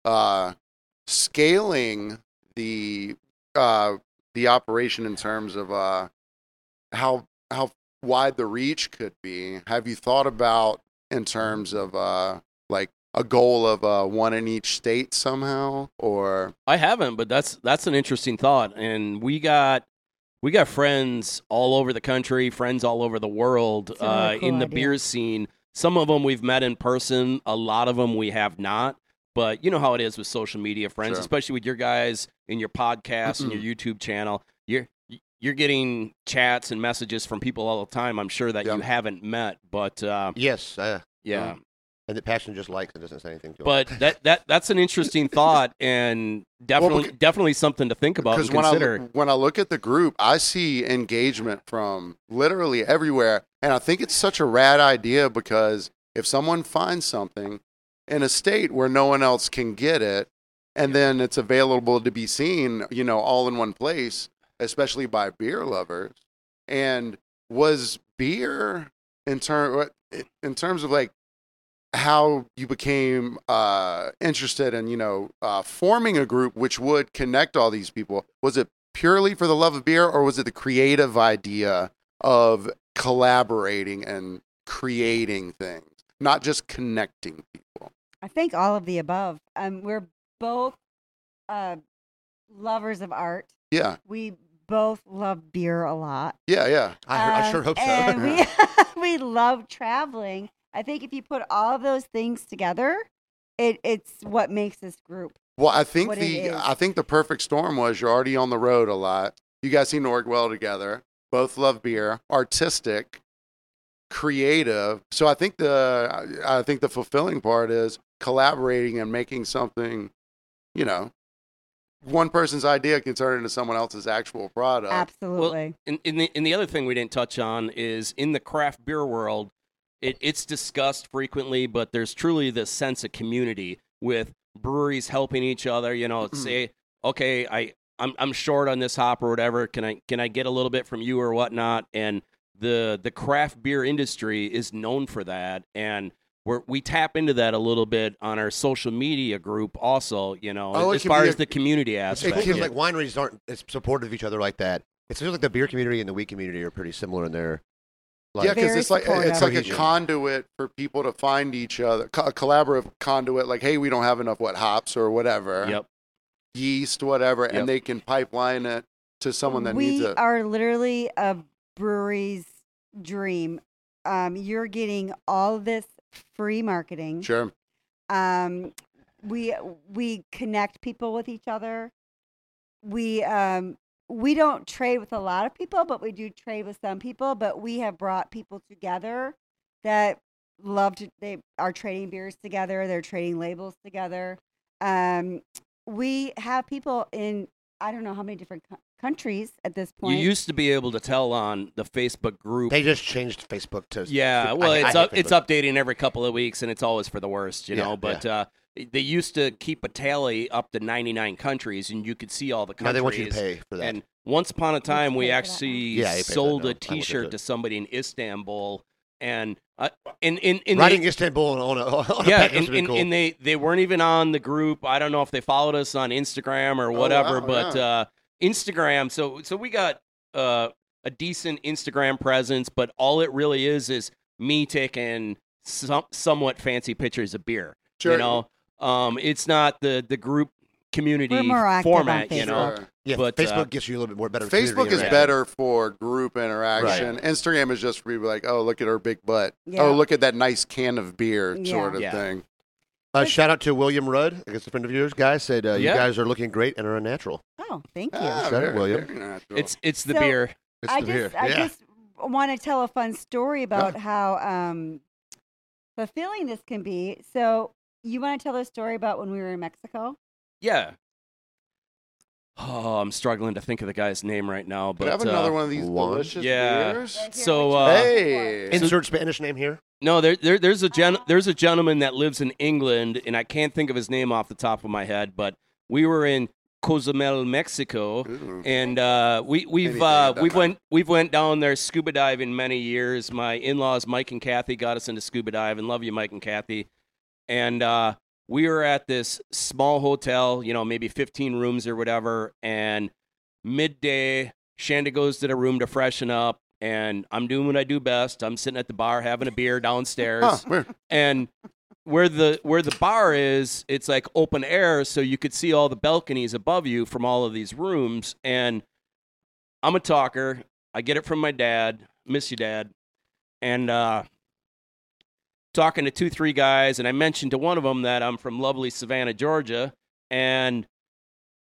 S3: uh, scaling the uh, the operation in terms of uh, how how wide the reach could be. Have you thought about in terms of uh, like a goal of uh, one in each state somehow, or
S5: I haven't, but that's that's an interesting thought. And we got we got friends all over the country, friends all over the world
S4: It's a really
S5: uh,
S4: cool
S5: in the
S4: idea.
S5: beer scene. Some of them we've met in person. A lot of them we have not. But you know how it is with social media friends,
S3: Sure.
S5: especially with your guys and your podcast and your YouTube channel. You're you're getting chats and messages from people all the time. I'm sure that
S3: Yeah.
S5: you haven't met, but uh,
S2: Yes, uh,
S5: yeah,
S2: and the passion just likes and doesn't say anything to
S5: but that that that's an interesting thought and definitely definitely something to think about and
S3: when I
S5: consider.
S3: look- when I look at the group, I see engagement from literally everywhere, and I think it's such a rad idea because if someone finds something in a state where no one else can get it, and then it's available to be seen, you know, all in one place, especially by beer lovers, and was beer in term in terms of like how you became uh, interested in you know uh, forming a group which would connect all these people was it purely for the love of beer or was it the creative idea of collaborating and creating things not just connecting people
S4: I think all of the above. Um, we're both uh, lovers of art.
S3: yeah
S4: We both love beer a lot.
S3: yeah yeah
S2: I, heard- I
S4: Um,
S2: sure hope so. <laughs>
S4: And we <laughs> we love traveling. I think if you put all of those things together, it it's what makes this group.
S3: well i think
S4: What it
S3: the
S4: is.
S3: i think the perfect storm was you're already on the road a lot you guys seem to work well together both love beer artistic creative so i think the i I think the fulfilling part is collaborating and making something you know one person's idea can turn into someone else's actual product
S4: Absolutely.
S5: And, and, the, and the other thing we didn't touch on is in the craft beer world, it, it's discussed frequently, but there's truly this sense of community with breweries helping each other. You
S3: Mm-hmm.
S5: know, say, okay, I I'm I'm short on this hop or whatever. Can I can I get a little bit from you or whatnot? And the the craft beer industry is known for that, and we're, we tap into that a little bit on our social media group also. You know,
S3: Oh, it
S5: as
S3: can
S5: far
S3: be a-
S5: as the community
S2: it
S5: aspect.
S2: feels like wineries aren't as supportive of each other like that. It feels like the beer community and the wheat community are pretty similar in their. Like,
S3: yeah, because
S4: Very
S3: it's like it's
S4: supportive.
S3: like a
S2: Cohesion.
S3: conduit for people to find each other, co- a collaborative conduit. Like, hey, we don't have enough what hops or whatever,
S5: Yep.
S3: yeast, whatever,
S5: Yep.
S3: and they can pipeline it to someone that
S4: we
S3: needs it.
S4: are literally a brewery's dream. Um, you're getting all this free marketing.
S3: sure,
S4: um, we we connect people with each other we um, we don't trade with a lot of people but we do trade with some people but we have brought people together that love to they are trading beers together they're trading labels together um, we have people in i don't know how many different co- countries at this point.
S5: You used to be able to tell on the Facebook group.
S2: They just changed Facebook to
S5: yeah, well,
S2: I- I
S5: it's
S2: hate
S5: up, it's
S2: Facebook.
S5: updating every couple of weeks, and it's always for the worst, you
S2: Yeah,
S5: know. But uh, they used to keep a tally up to 99 countries, and you could see all the countries.
S2: Now they want you to pay for that.
S5: And once upon a time,
S4: pay
S5: we
S4: for that
S5: actually
S2: now. Yeah, you pay for that
S5: sold
S2: now. I
S5: a
S2: looked into
S5: T-shirt
S2: it.
S5: to somebody in Istanbul, and uh, in in in the-
S2: Riding Istanbul on
S3: <laughs>
S2: a, on a
S5: yeah,
S2: package
S5: and,
S2: would be
S5: and,
S2: cool.
S5: and they they weren't even on the group. I don't know if they followed us on Instagram or
S3: Oh, wow,
S5: whatever, but uh, Instagram. So so we got uh, a decent Instagram presence, but all it really is is me taking some somewhat fancy pictures of beer.
S3: Sure.
S5: You know, um, it's not the the group community
S4: We're more active on
S5: format. You know,
S3: Sure.
S2: yeah,
S5: but,
S2: Facebook
S5: uh,
S2: gives you a little bit more better.
S3: Facebook
S2: community
S3: is
S2: around.
S3: better for group interaction. Instagram is just for people like, oh, look at her big butt.
S4: Yeah.
S3: Oh, look at that nice can of beer
S4: Yeah.
S3: sort of
S5: Yeah.
S3: thing.
S2: Uh, shout out to William Rudd, I guess a friend of yours. Guy said uh,
S5: Yeah.
S2: you guys are looking great and are a natural.
S4: oh, thank you.
S3: Ah,
S2: Said it,
S3: very,
S2: William.
S3: very natural.
S5: it's it's the
S4: So-
S5: beer.
S2: It's
S4: I
S2: the
S4: just,
S2: beer.
S4: I
S2: yeah.
S4: just want to tell a fun story about how um, fulfilling this can be. So, you want to tell a story about when we were in Mexico?
S5: Yeah. Oh, I'm struggling to think of the guy's name right now, but
S3: Could I have another
S5: uh,
S3: one of these
S2: one.
S3: delicious
S5: Yeah.
S3: beers?
S5: So, uh,
S3: Hey.
S2: Insert Spanish name here.
S5: No, there, there there's a gen,
S4: Ah.
S5: there's a gentleman that lives in England, and I can't think of his name off the top of my head. But we were in Cozumel, Mexico,
S3: Ooh.
S5: and uh, we we've
S3: Mm-hmm. Anything
S5: uh,
S3: at that
S5: we've
S3: time.
S5: went we've went down there scuba diving many years. My in-laws Mike and Kathy got us into scuba diving. Love you, Mike and Kathy. And uh, we were at this small hotel, you know, maybe 15 rooms or whatever. And midday, Shanda goes to the room to freshen up. And I'm doing what I do best. I'm sitting at the bar having a beer downstairs
S3: Huh, weird.
S5: and where the where the bar is, it's like open air, so you could see all the balconies above you from all of these rooms. And I'm a talker. I get it from my dad. Miss you, dad. And uh, talking to two, three guys, and I mentioned to one of them that I'm from lovely Savannah, Georgia, and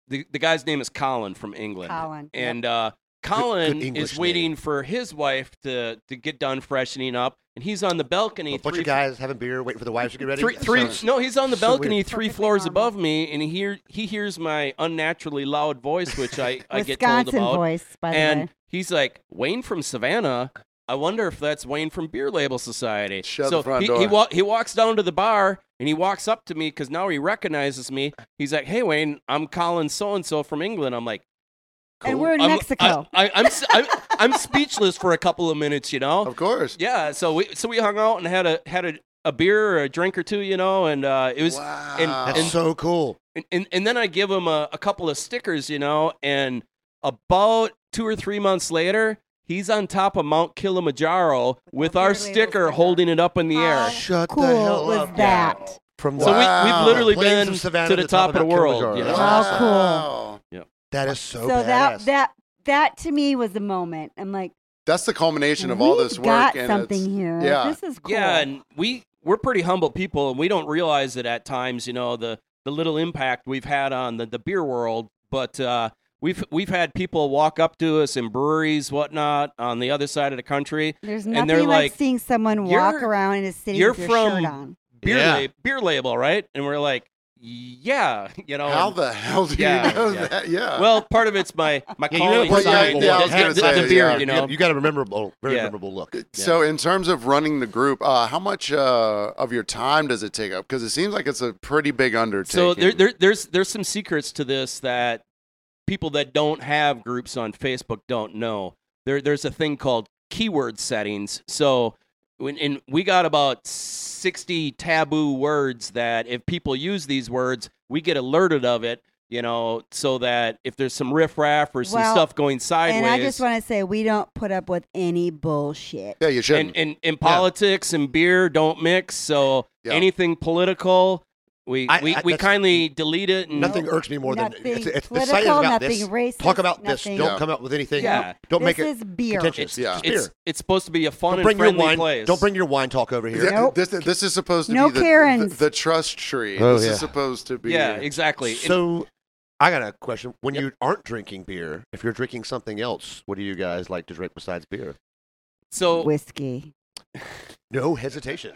S5: the the guy's name is Colin from England.
S4: Colin. Yep.
S5: And uh, Colin
S2: English
S5: is
S2: name.
S5: waiting for his wife to to get done freshening up, and he's on the balcony.
S2: A bunch
S5: three
S2: of guys having beer, waiting for the wives to get ready.
S5: Three,
S2: That
S5: three,
S2: sounds-
S5: no, he's on the
S2: so
S5: balcony
S2: weird.
S5: three
S4: Perfectly
S5: floors
S4: normal.
S5: above me, and he hear, he hears my unnaturally loud voice, which I, I get told
S4: Wisconsin
S5: about.
S4: voice, by the
S5: and
S4: way.
S5: he's like, Wayne from Savannah. I wonder if that's Wayne from Beer Label Society.
S3: Shut
S5: so
S3: the front
S5: he, He,
S3: door.
S5: wa- he walks down to the bar and he walks up to me because now he recognizes me. He's like, "Hey, Wayne, I'm Colin so and so from England." I'm like, cool.
S4: And we're in
S5: I'm-
S4: Mexico.
S5: I, I, I'm, s- I'm I'm speechless for a couple of minutes, you know.
S3: Of course.
S5: <laughs> Yeah, so we so we hung out and had a had a, a beer or a drink or two, you know, and uh, it was
S3: wow.
S2: That's
S5: and-
S2: so cool.
S5: and, and and then I give him a, a couple of stickers, you know, and about two or three months later, he's on top of Mount Kilimanjaro with
S4: the
S5: our
S4: beer label
S5: sticker
S4: sticker.
S5: holding it up in the air.
S4: How
S2: Shut
S4: cool
S2: the hell
S4: was
S2: up.
S4: that?
S2: From
S5: So we, we've
S3: Wow.
S5: literally
S2: Plains
S5: been
S2: of Savannah
S5: to the top, of the
S2: Mount
S5: world.
S2: Kilimanjaro.
S5: You know?
S4: Wow, cool.
S3: Wow.
S2: that is so, badass.
S4: that that that to me was the moment. I'm like,
S3: That's the culmination of all
S4: we've
S3: this work.
S4: got
S3: and
S4: something
S3: it's-
S4: here.
S3: yeah.
S4: this is cool.
S5: Yeah, and we we're pretty humble people, and we don't realize it at times. You know the the little impact we've had on the, the beer world, but uh, we've we've had people walk up to us in breweries, whatnot, on the other side of the country.
S4: There's
S5: and
S4: nothing
S5: they're
S4: like,
S5: like,
S4: seeing someone walk
S5: "You're-
S4: around in a city
S5: you're
S4: with your
S5: from-
S4: shirt on.
S5: Beer,
S2: Yeah.
S5: lab- beer label, right? And we're like, yeah, <laughs> you know.
S3: How
S5: and-
S3: the hell do
S5: Oh, Yeah,
S3: you know
S5: yeah.
S3: that? Yeah.
S5: well, part of it's my my
S2: Yeah, you
S5: calling
S2: gotta put-
S5: sign,
S3: yeah, yeah, I was
S5: the-
S3: gonna
S5: the,
S3: say,
S5: the beer,
S3: yeah.
S5: you know.
S2: you got a memorable, very
S5: Yeah.
S2: memorable look.
S3: So, in terms of running the group, uh, how much uh, of your time does it take up? Because it seems like it's a pretty big undertaking.
S5: So there, there, there's there's some secrets to this that people that don't have groups on Facebook don't know. There, there's a thing called keyword settings. So when and we got about 60 taboo words that if people use these words, we get alerted of it. You know, so that if there's some riffraff or some
S4: Well,
S5: stuff going sideways,
S4: And I just want to say, we don't put up with any bullshit.
S3: yeah, you shouldn't.
S5: and, and, and politics and beer don't mix. So
S3: Yeah.
S5: anything political, we
S2: I-
S5: we,
S2: I-
S5: we
S2: that's-
S5: kindly delete it. And
S2: Nothing irks me more
S4: Nothing
S2: than it's, it's, the
S4: political,
S2: site is about
S4: nothing
S2: this.
S4: racist,
S2: Talk about
S4: nothing-
S2: this. Don't
S3: Yeah.
S2: come up with anything.
S5: Yeah.
S2: Don't
S4: this
S2: make it
S4: is beer.
S2: contentious.
S3: Yeah.
S2: It's
S5: It's,
S2: beer.
S5: it's supposed to be a fun
S2: Don't
S5: and
S2: bring your
S5: friendly
S2: wine.
S5: place.
S2: Don't bring your wine talk over here.
S3: Yeah,
S4: Nope.
S3: this, this is supposed to
S4: No
S3: be the,
S4: Karens.
S3: the, the trust tree.
S2: Oh,
S3: this
S2: yeah.
S3: is supposed to be.
S5: Yeah, exactly. And
S2: So, I got a question. When you aren't drinking beer, if you're drinking something else, what do you guys like to drink besides beer?
S5: so
S4: Whiskey.
S2: No <laughs> hesitation.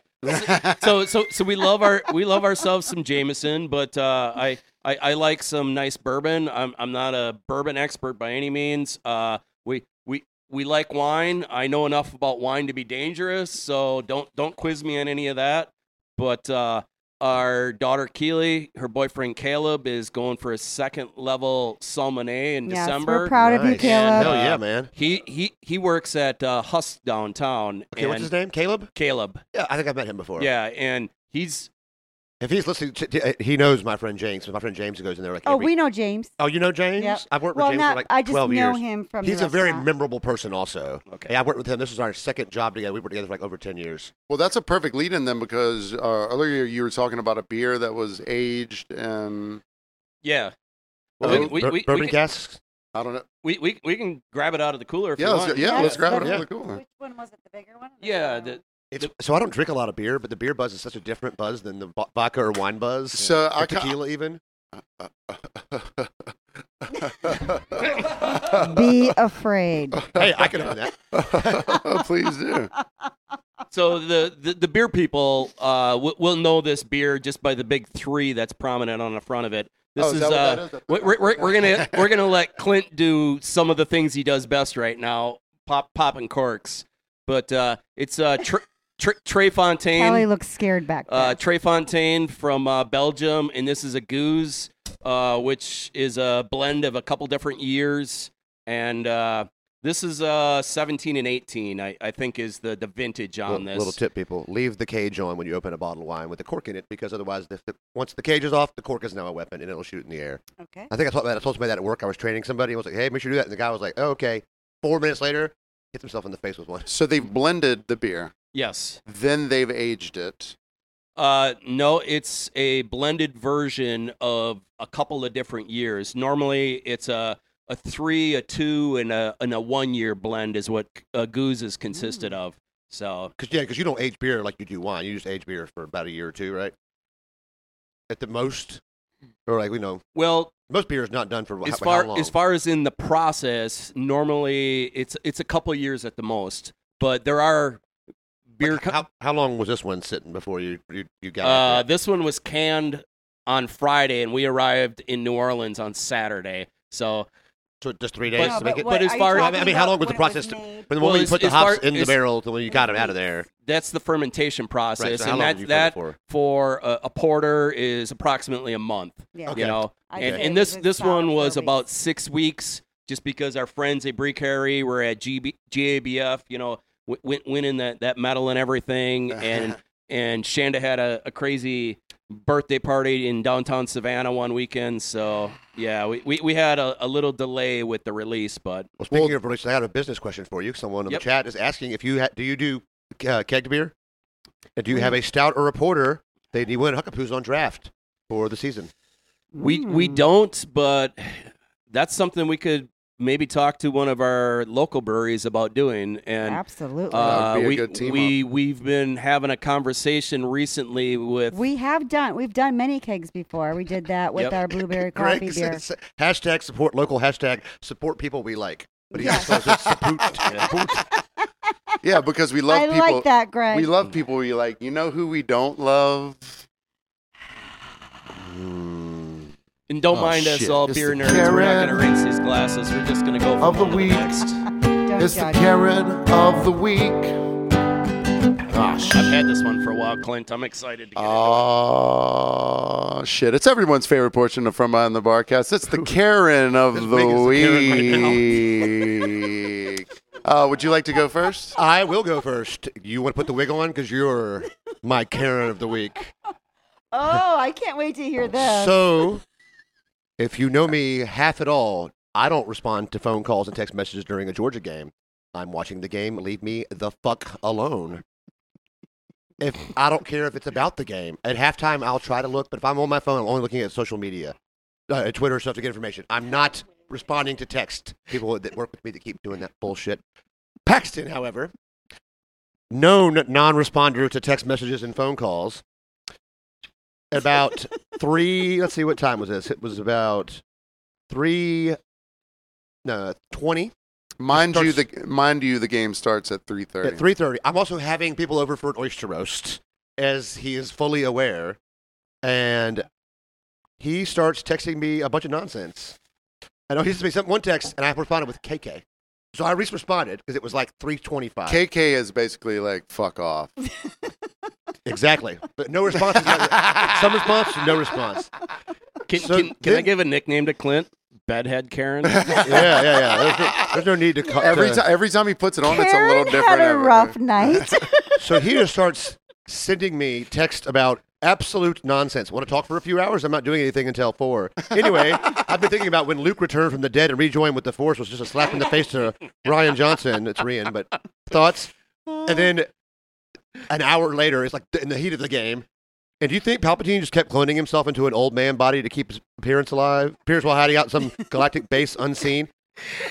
S5: so so so we love our we love ourselves some Jameson, but uh, I, I I like some nice bourbon. I'm I'm not a bourbon expert by any means. Uh, we we we like wine. I know enough about wine to be dangerous, so don't don't quiz me on any of that. But uh, our daughter Keely, her boyfriend Caleb, is going for a second level Salmonet in
S4: Yes,
S5: December.
S4: we're proud of you,
S2: Nice.
S4: Caleb.
S5: No.
S2: Hell
S5: Uh,
S2: yeah, man.
S5: He he he works at uh, Husk downtown.
S2: Okay, what's
S5: and-
S2: his name? Caleb?
S5: Caleb.
S2: Yeah, I think I've met him before.
S5: Yeah, and he's
S2: If he's listening, to, to- uh, he knows my friend James. My friend James goes in there like
S4: Oh,
S2: every-
S4: we know James.
S2: Oh, you know James?
S4: Yep.
S2: I've worked
S4: Well,
S2: with James
S4: not.
S2: for like
S4: I just
S2: 12
S4: know
S2: years.
S4: him from.
S2: He's
S4: the
S2: a very
S4: restaurant.
S2: memorable person also.
S5: okay.
S2: Yeah, I worked with him. This was our second job together. We worked together for like over 10 years.
S3: Well, that's a perfect lead in then because uh, earlier you were talking about a beer that was aged and
S5: Yeah. Well,
S3: Oh,
S5: we, we,
S2: Bur-
S5: we,
S2: bourbon
S5: we, can,
S2: casks?
S3: I don't know.
S5: we, we, we can grab it out of the cooler if
S3: Yeah,
S5: you
S3: let's,
S5: want.
S3: go- yeah,
S4: Yeah,
S3: let's grab it.
S4: let's-
S3: Really cool.
S4: Which one was it? The bigger one? or the
S5: Yeah,
S4: smaller
S5: the-
S4: one?
S2: It's, so I don't drink a lot of beer, but the beer buzz is such a different buzz than the vo- vodka or wine buzz.
S3: So
S2: or
S3: I ca- <laughs>
S2: tequila even. <laughs>
S4: Be afraid.
S2: hey, I can own that.
S3: <laughs> Please do.
S5: So the, the, the beer people uh, w- will know this beer just by the big three that's prominent on the front of it. This
S3: Oh, is
S5: is,
S3: that what
S5: uh,
S3: that is? That's-
S5: we- we're, we're, we're
S3: <laughs>
S5: gonna we're gonna let Clint do some of the things he does best right now, pop popping corks. But uh, it's uh, tr- tr- Trey Fontaine.
S4: Kelly looks scared back there.
S5: Uh, Trey Fontaine from uh, Belgium, and this is a goose, uh, which is a blend of a couple different years. And uh, this is uh, 17 and 18, I, I think, is the, the vintage on
S2: Little,
S5: this.
S2: little tip, people: leave the cage on when you open a bottle of wine with the cork in it, because otherwise, if the, once the cage is off, the cork is now a weapon and it'll shoot in the air.
S4: okay.
S2: I think I told, I told somebody that at work. I was training somebody. I was like, "Hey, make sure you do that." And the guy was like, oh, "Okay." Four minutes later, hits himself in the face with one.
S3: So they've blended the beer,
S5: Yes.
S3: then they've aged it.
S5: Uh, no, it's a blended version of a couple of different years. Normally, it's a, a three, a two, and a, and a one year blend is what a goose is consisted of. So
S2: Because yeah, because you don't age beer like you do wine. You just age beer for about a year or two, right? At the most, or like we know,
S5: Well,
S2: most beer is not done for wh-
S5: as
S2: how,
S5: far
S2: how long.
S5: as far as in the process, normally it's it's a couple years at the most, but there are beer.
S2: Like,
S5: co-
S2: how, how long was this one sitting before you you, you got?
S5: uh,
S2: after it?
S5: this one was canned on Friday, and we arrived in New Orleans on Saturday. So
S2: so just three days
S5: but-
S2: to make it.
S5: but as
S4: are you
S5: far- I mean-
S4: talking
S2: I mean, how
S4: about
S2: long was the
S4: when it
S2: process to-
S4: made?
S2: From the
S5: well,
S2: moment you
S5: as-
S2: put the
S5: as far-
S2: hops in the
S5: as-
S2: barrel to when you got them out of there,
S5: that's the fermentation process,
S2: right? So how
S5: and
S2: long did
S5: that
S2: you
S5: that
S2: put it for?
S5: for a, a porter is approximately a month.
S4: Yeah.
S2: Okay.
S5: You know,
S4: I'd
S5: and,
S4: say
S5: and
S4: it
S5: this
S4: was
S5: this
S4: solid
S5: one
S4: four
S5: was about
S4: weeks.
S5: six weeks, just because our friends at Brie Carey were at GB, GABF, you know, w- win- winning that that medal and everything, and and Shanda had a, a crazy birthday party in downtown Savannah one weekend. So yeah, we we, we had a, a little delay with the release, but
S2: Well, speaking of releases, I got a business question for you. Someone in
S5: Yep.
S2: the chat is asking if you ha- do you do uh, kegged beer, and
S5: Hmm.
S2: do you have a stout or a porter? They need one. Huckup who's on draft for the season.
S5: we we
S4: Mm.
S5: don't. But that's something we could maybe talk to one of our local breweries about doing and.
S4: Absolutely.
S3: That
S5: Uh,
S3: would be a
S5: we
S3: good team
S5: we we've been having a conversation recently with
S4: we have done. We've done many kegs before. We did that with
S5: Yep.
S4: our blueberry
S2: <laughs> Greg
S4: coffee beer.
S2: says, hashtag support local. Hashtag support people we like. But he
S4: Yes.
S2: also says
S4: <laughs>
S2: support.
S4: Oh,
S2: support.
S3: Yeah, because we love
S4: I
S3: people.
S4: like that, Greg.
S3: We love people we like. You know who we don't love?
S4: Oh
S5: and don't
S3: Oh,
S5: mind us
S3: shit.
S5: all
S3: It's
S5: beer
S3: the
S5: nerds. We're not
S3: Karen
S5: gonna rinse these glasses. We're just gonna go from
S3: of the
S5: one to
S3: week.
S5: next.
S4: Don't
S3: It's the
S4: judge.
S3: Karen of the week. Gosh. Uh,
S5: I've had this one for a while, Clint. I'm excited to get into it.
S3: Oh shit! It's everyone's favorite portion of From Behind the Barcast. It's
S2: <laughs>
S3: the Karen of
S2: As
S3: the
S2: big as the <laughs>
S3: week. uh, would you like to go first?
S2: I will go first. You want to put the wig on because you're my Karen of the week.
S4: Oh, I can't wait to hear this.
S2: So, if you know me half at all, I don't respond to phone calls and text messages during a Georgia game. I'm watching the game. Leave me the fuck alone. If I don't care if it's about the game at halftime, I'll try to look. But if I'm on my phone, I'm only looking at social media, uh, at Twitter stuff to get information. I'm not responding to text. People that work with me that keep doing that bullshit. Paxton, however, known non-responder to text messages and phone calls. About three. Let's see, what time was this? It was about three, no, twenty
S3: Mind
S2: It
S3: you,
S2: starts-
S3: the mind you, the game starts at three thirty.
S2: At three thirty, I'm also having people over for an oyster roast, as he is fully aware, and he starts texting me a bunch of nonsense. I know he sent me some, one text, and I responded with KK. So I re- responded because it was like three twenty-five.
S3: KK is basically like fuck off.
S2: exactly, but no response.
S3: <laughs>
S2: is not- some response, no response.
S5: Can,
S2: So
S5: can, can I
S2: then-
S5: give a nickname to Clint?
S3: <laughs>
S5: Bedhead Karen.
S2: Yeah, yeah, yeah. There's no, there's no need to. Call,
S3: Every
S2: to-
S3: time, every time he puts it on, it's a
S4: Karen
S3: little different.
S4: had a
S3: every-
S4: rough night.
S2: So he just starts sending me text about absolute nonsense. Want to talk for a few hours? I'm not doing anything until four. Anyway, I've been thinking about when Luke returned from the dead and rejoined with the Force was just a slap in the face to Ryan Johnson. It's Ryan, but thoughts. And then an hour later, it's like in the heat of the game. And do you think Palpatine just kept cloning himself into an old man body to keep his appearance alive? Appearance while hiding out some galactic base unseen.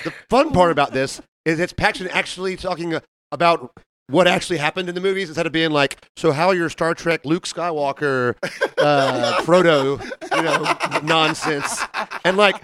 S2: The fun part about this is it's Paxton actually talking uh, about what actually happened in the movies instead of being like, so how your Star Trek Luke
S5: <laughs>
S2: Skywalker, uh, Frodo, you know, nonsense. And like,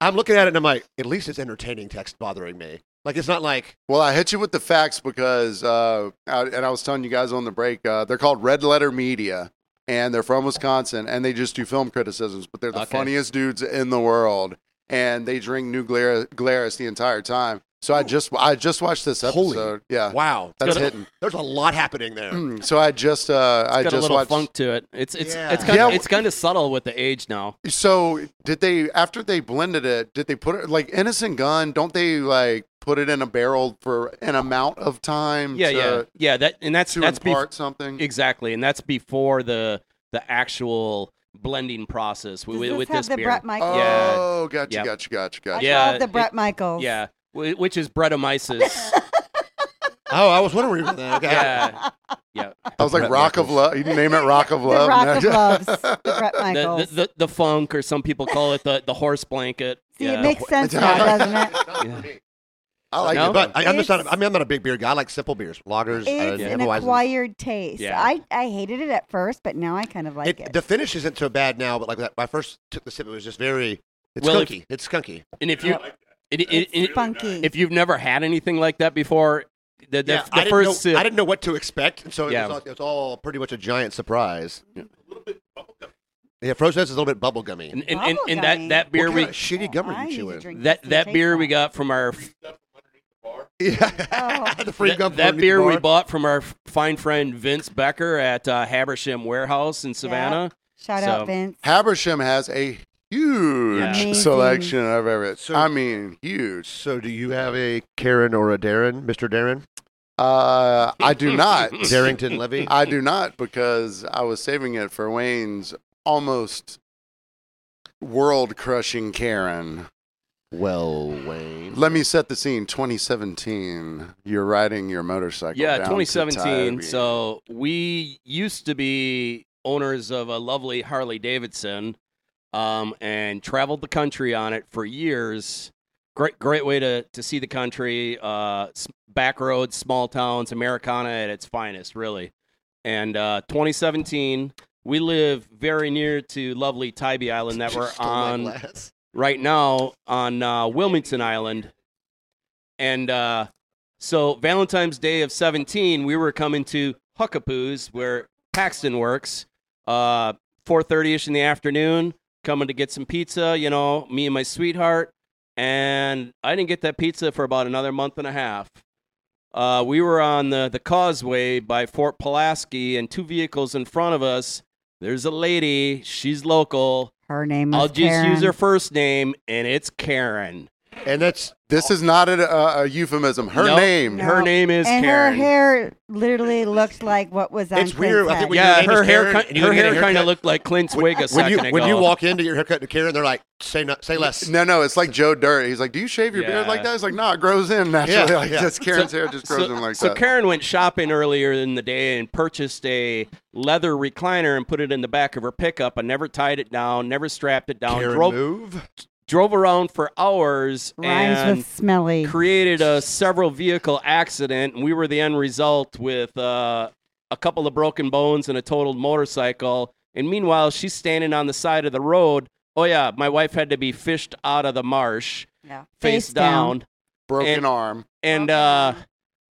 S2: I'm looking at it and I'm like, at least it's entertaining text bothering me. Like, it's not like,
S3: Well, I hit you with the facts because, uh, I, and I was telling you guys on the break, uh, they're called Red Letter Media, and they're from Wisconsin, and they just do film criticisms, but they're the
S5: Okay.
S3: funniest dudes in the world, and they drink New Glar- Glarus the entire time. So I just, I just watched this episode.
S2: Holy.
S3: Yeah,
S2: wow,
S3: that's
S2: there's-
S3: hitting. Mm,
S2: There's a lot happening there.
S5: Mm.
S3: So I just, uh, I
S5: It's got a
S3: just
S5: little
S3: watched.
S5: funk to it. It's it's
S2: Yeah.
S5: it's kind of
S3: Yeah.
S5: it's kind of subtle with the age now.
S3: So did they after they blended it? Did they put it like Innocent Gun? Don't they like put it in a barrel for an amount of time?
S5: Yeah,
S3: to,
S5: yeah, yeah. That and that's
S3: To
S5: that's bef-
S3: impart something.
S5: exactly, and that's before the the actual blending process with,
S4: Does this
S5: with
S4: have
S5: this
S4: the
S5: beer.
S4: Brett Michaels?
S5: Yeah.
S3: Oh, gotcha,
S5: Yep.
S3: gotcha, gotcha,
S4: I
S3: gotcha.
S5: Yeah,
S4: call it the
S5: it-
S4: Brett Michaels.
S5: Yeah, wh- which
S4: <laughs>
S5: is Brettanomyces.
S2: Oh, I was wondering about that. Okay.
S5: yeah, yeah.
S3: I was like
S2: Brett
S3: Rock of Love. You can name it Rock of
S4: The
S3: Love.
S4: <laughs>
S3: <laughs>
S4: Rock of Loves, the Brett Michaels.
S5: The, the the the funk, or some people call it the the horse blanket.
S4: See,
S5: yeah.
S4: it makes sense now, doesn't it?
S2: <laughs>
S5: Yeah.
S3: I like
S5: No?
S3: it,
S2: But
S3: but
S2: I, I'm just not.
S4: It's-
S2: I mean, I'm not a big beer guy. I like simple beers, lagers. uh,
S4: It's an
S2: Hefeweizens.
S4: acquired taste.
S5: Yeah.
S4: I, I hated it at first, but now I kind of like it.
S2: It- The finish isn't so bad now, but like that, when I first took the sip, it was just very. It's
S5: Well, if-
S2: skunky. it's skunky.
S5: And if you, it, it,
S4: it's
S5: it-
S4: funky.
S5: if you've never had anything like that before, the, the,
S2: Yeah,
S5: the
S2: I
S5: first
S2: didn't know,
S5: sip,
S2: I didn't know what to expect, and so it,
S5: Yeah.
S2: was, all- it was all pretty much a giant surprise. Yeah, Frozen is a little bit bubblegummy.
S5: and, and, and, and
S4: Bubblegum.
S5: that that beer
S2: what
S5: we
S2: kind of shitty gum are
S4: I
S2: you
S4: need to
S2: chewing?
S4: drink
S5: that
S4: this to
S5: that
S4: taste
S5: beer we
S4: that.
S5: got from our f-
S2: <laughs> Yeah, the free
S5: Oh. that,
S2: gum.
S5: that
S2: from
S5: beer
S2: the
S5: we
S2: bar.
S5: bought from our f- fine friend Vince Becker at uh, Habersham Warehouse in Savannah.
S4: Shout
S5: So-
S4: out, Vince.
S3: Habersham has a huge
S5: Yeah.
S4: Amazing.
S3: selection of everything.
S2: So-
S3: I mean, huge.
S2: So, do you have a Karen or a Darren, Mister
S5: <laughs>
S2: Darren,
S3: Uh, I do not.
S2: Darrington
S5: <laughs>
S2: Levy?
S3: I do not because I was saving it for Wayne's almost world crushing Karen.
S2: Well, Wayne.
S3: Let me set the scene. 2017. You're riding your motorcycle.
S5: Yeah,
S3: down to
S5: 2017.
S3: Tybee.
S5: So we used to be owners of a lovely Harley Davidson, um, and traveled the country on it for years. Great, great way to to see the country. Uh, s- back roads, small towns, Americana at its finest, really. And uh, 2017, we live very near to lovely Tybee Island
S3: <laughs>
S2: <laughs>
S5: that we're
S2: Stole my
S5: on
S2: glass.
S5: right now on uh, Wilmington Island. And uh, so Valentine's Day of 17, we were coming to Huckapoo's where Paxton works, uh, 4.30ish in the afternoon, coming to get some pizza, you know, me and my sweetheart. And I didn't get that pizza for about another month and a half. Uh, we were on the, the causeway by Fort Pulaski, and two vehicles in front of us. There's a lady. She's local.
S4: Her name is
S5: I'll just
S4: Karen.
S5: use her first name, and it's Karen.
S2: And that's
S3: This is not a, a, a euphemism. Her
S5: Nope.
S3: name.
S4: No.
S5: Her name is
S4: and
S5: Karen.
S4: her hair literally looked like what was on
S2: It's weird.
S4: Clint's
S2: I think
S4: head.
S2: when
S5: yeah,
S2: your name
S5: her
S2: is
S5: hair,
S2: Karen
S5: ki-
S2: and you
S5: her
S2: get a
S5: hair kind of
S2: haircut-
S5: looked like Clint's wig a
S2: when
S5: second
S2: you
S5: ago.
S2: when you walk into your haircut to Karen, they're like, say not, say
S5: <laughs>
S2: less.
S3: <laughs> No, no, it's like Joe Dirt. He's like, "Do you shave your beard
S5: Yeah.
S3: like that?" He's like, "No, it grows in naturally."
S2: Yeah,
S3: like
S2: yeah.
S3: that's Karen's hair just grows in like
S5: so
S3: that.
S5: Karen went shopping earlier in the day and purchased a leather recliner and put it in the back of her pickup. I never tied it down, never strapped it down.
S2: Karen
S5: drove
S2: move.
S5: drove around for hours
S4: Rhymes
S5: and
S4: with smelly.
S5: created a several vehicle accident, and we were the end result with uh, a couple of broken bones and a totaled motorcycle. And meanwhile, she's standing on the side of the road. Oh yeah, my wife had to be fished out of the marsh,
S4: Yeah.
S5: face, down.
S3: broken
S5: And-
S3: arm.
S5: and uh,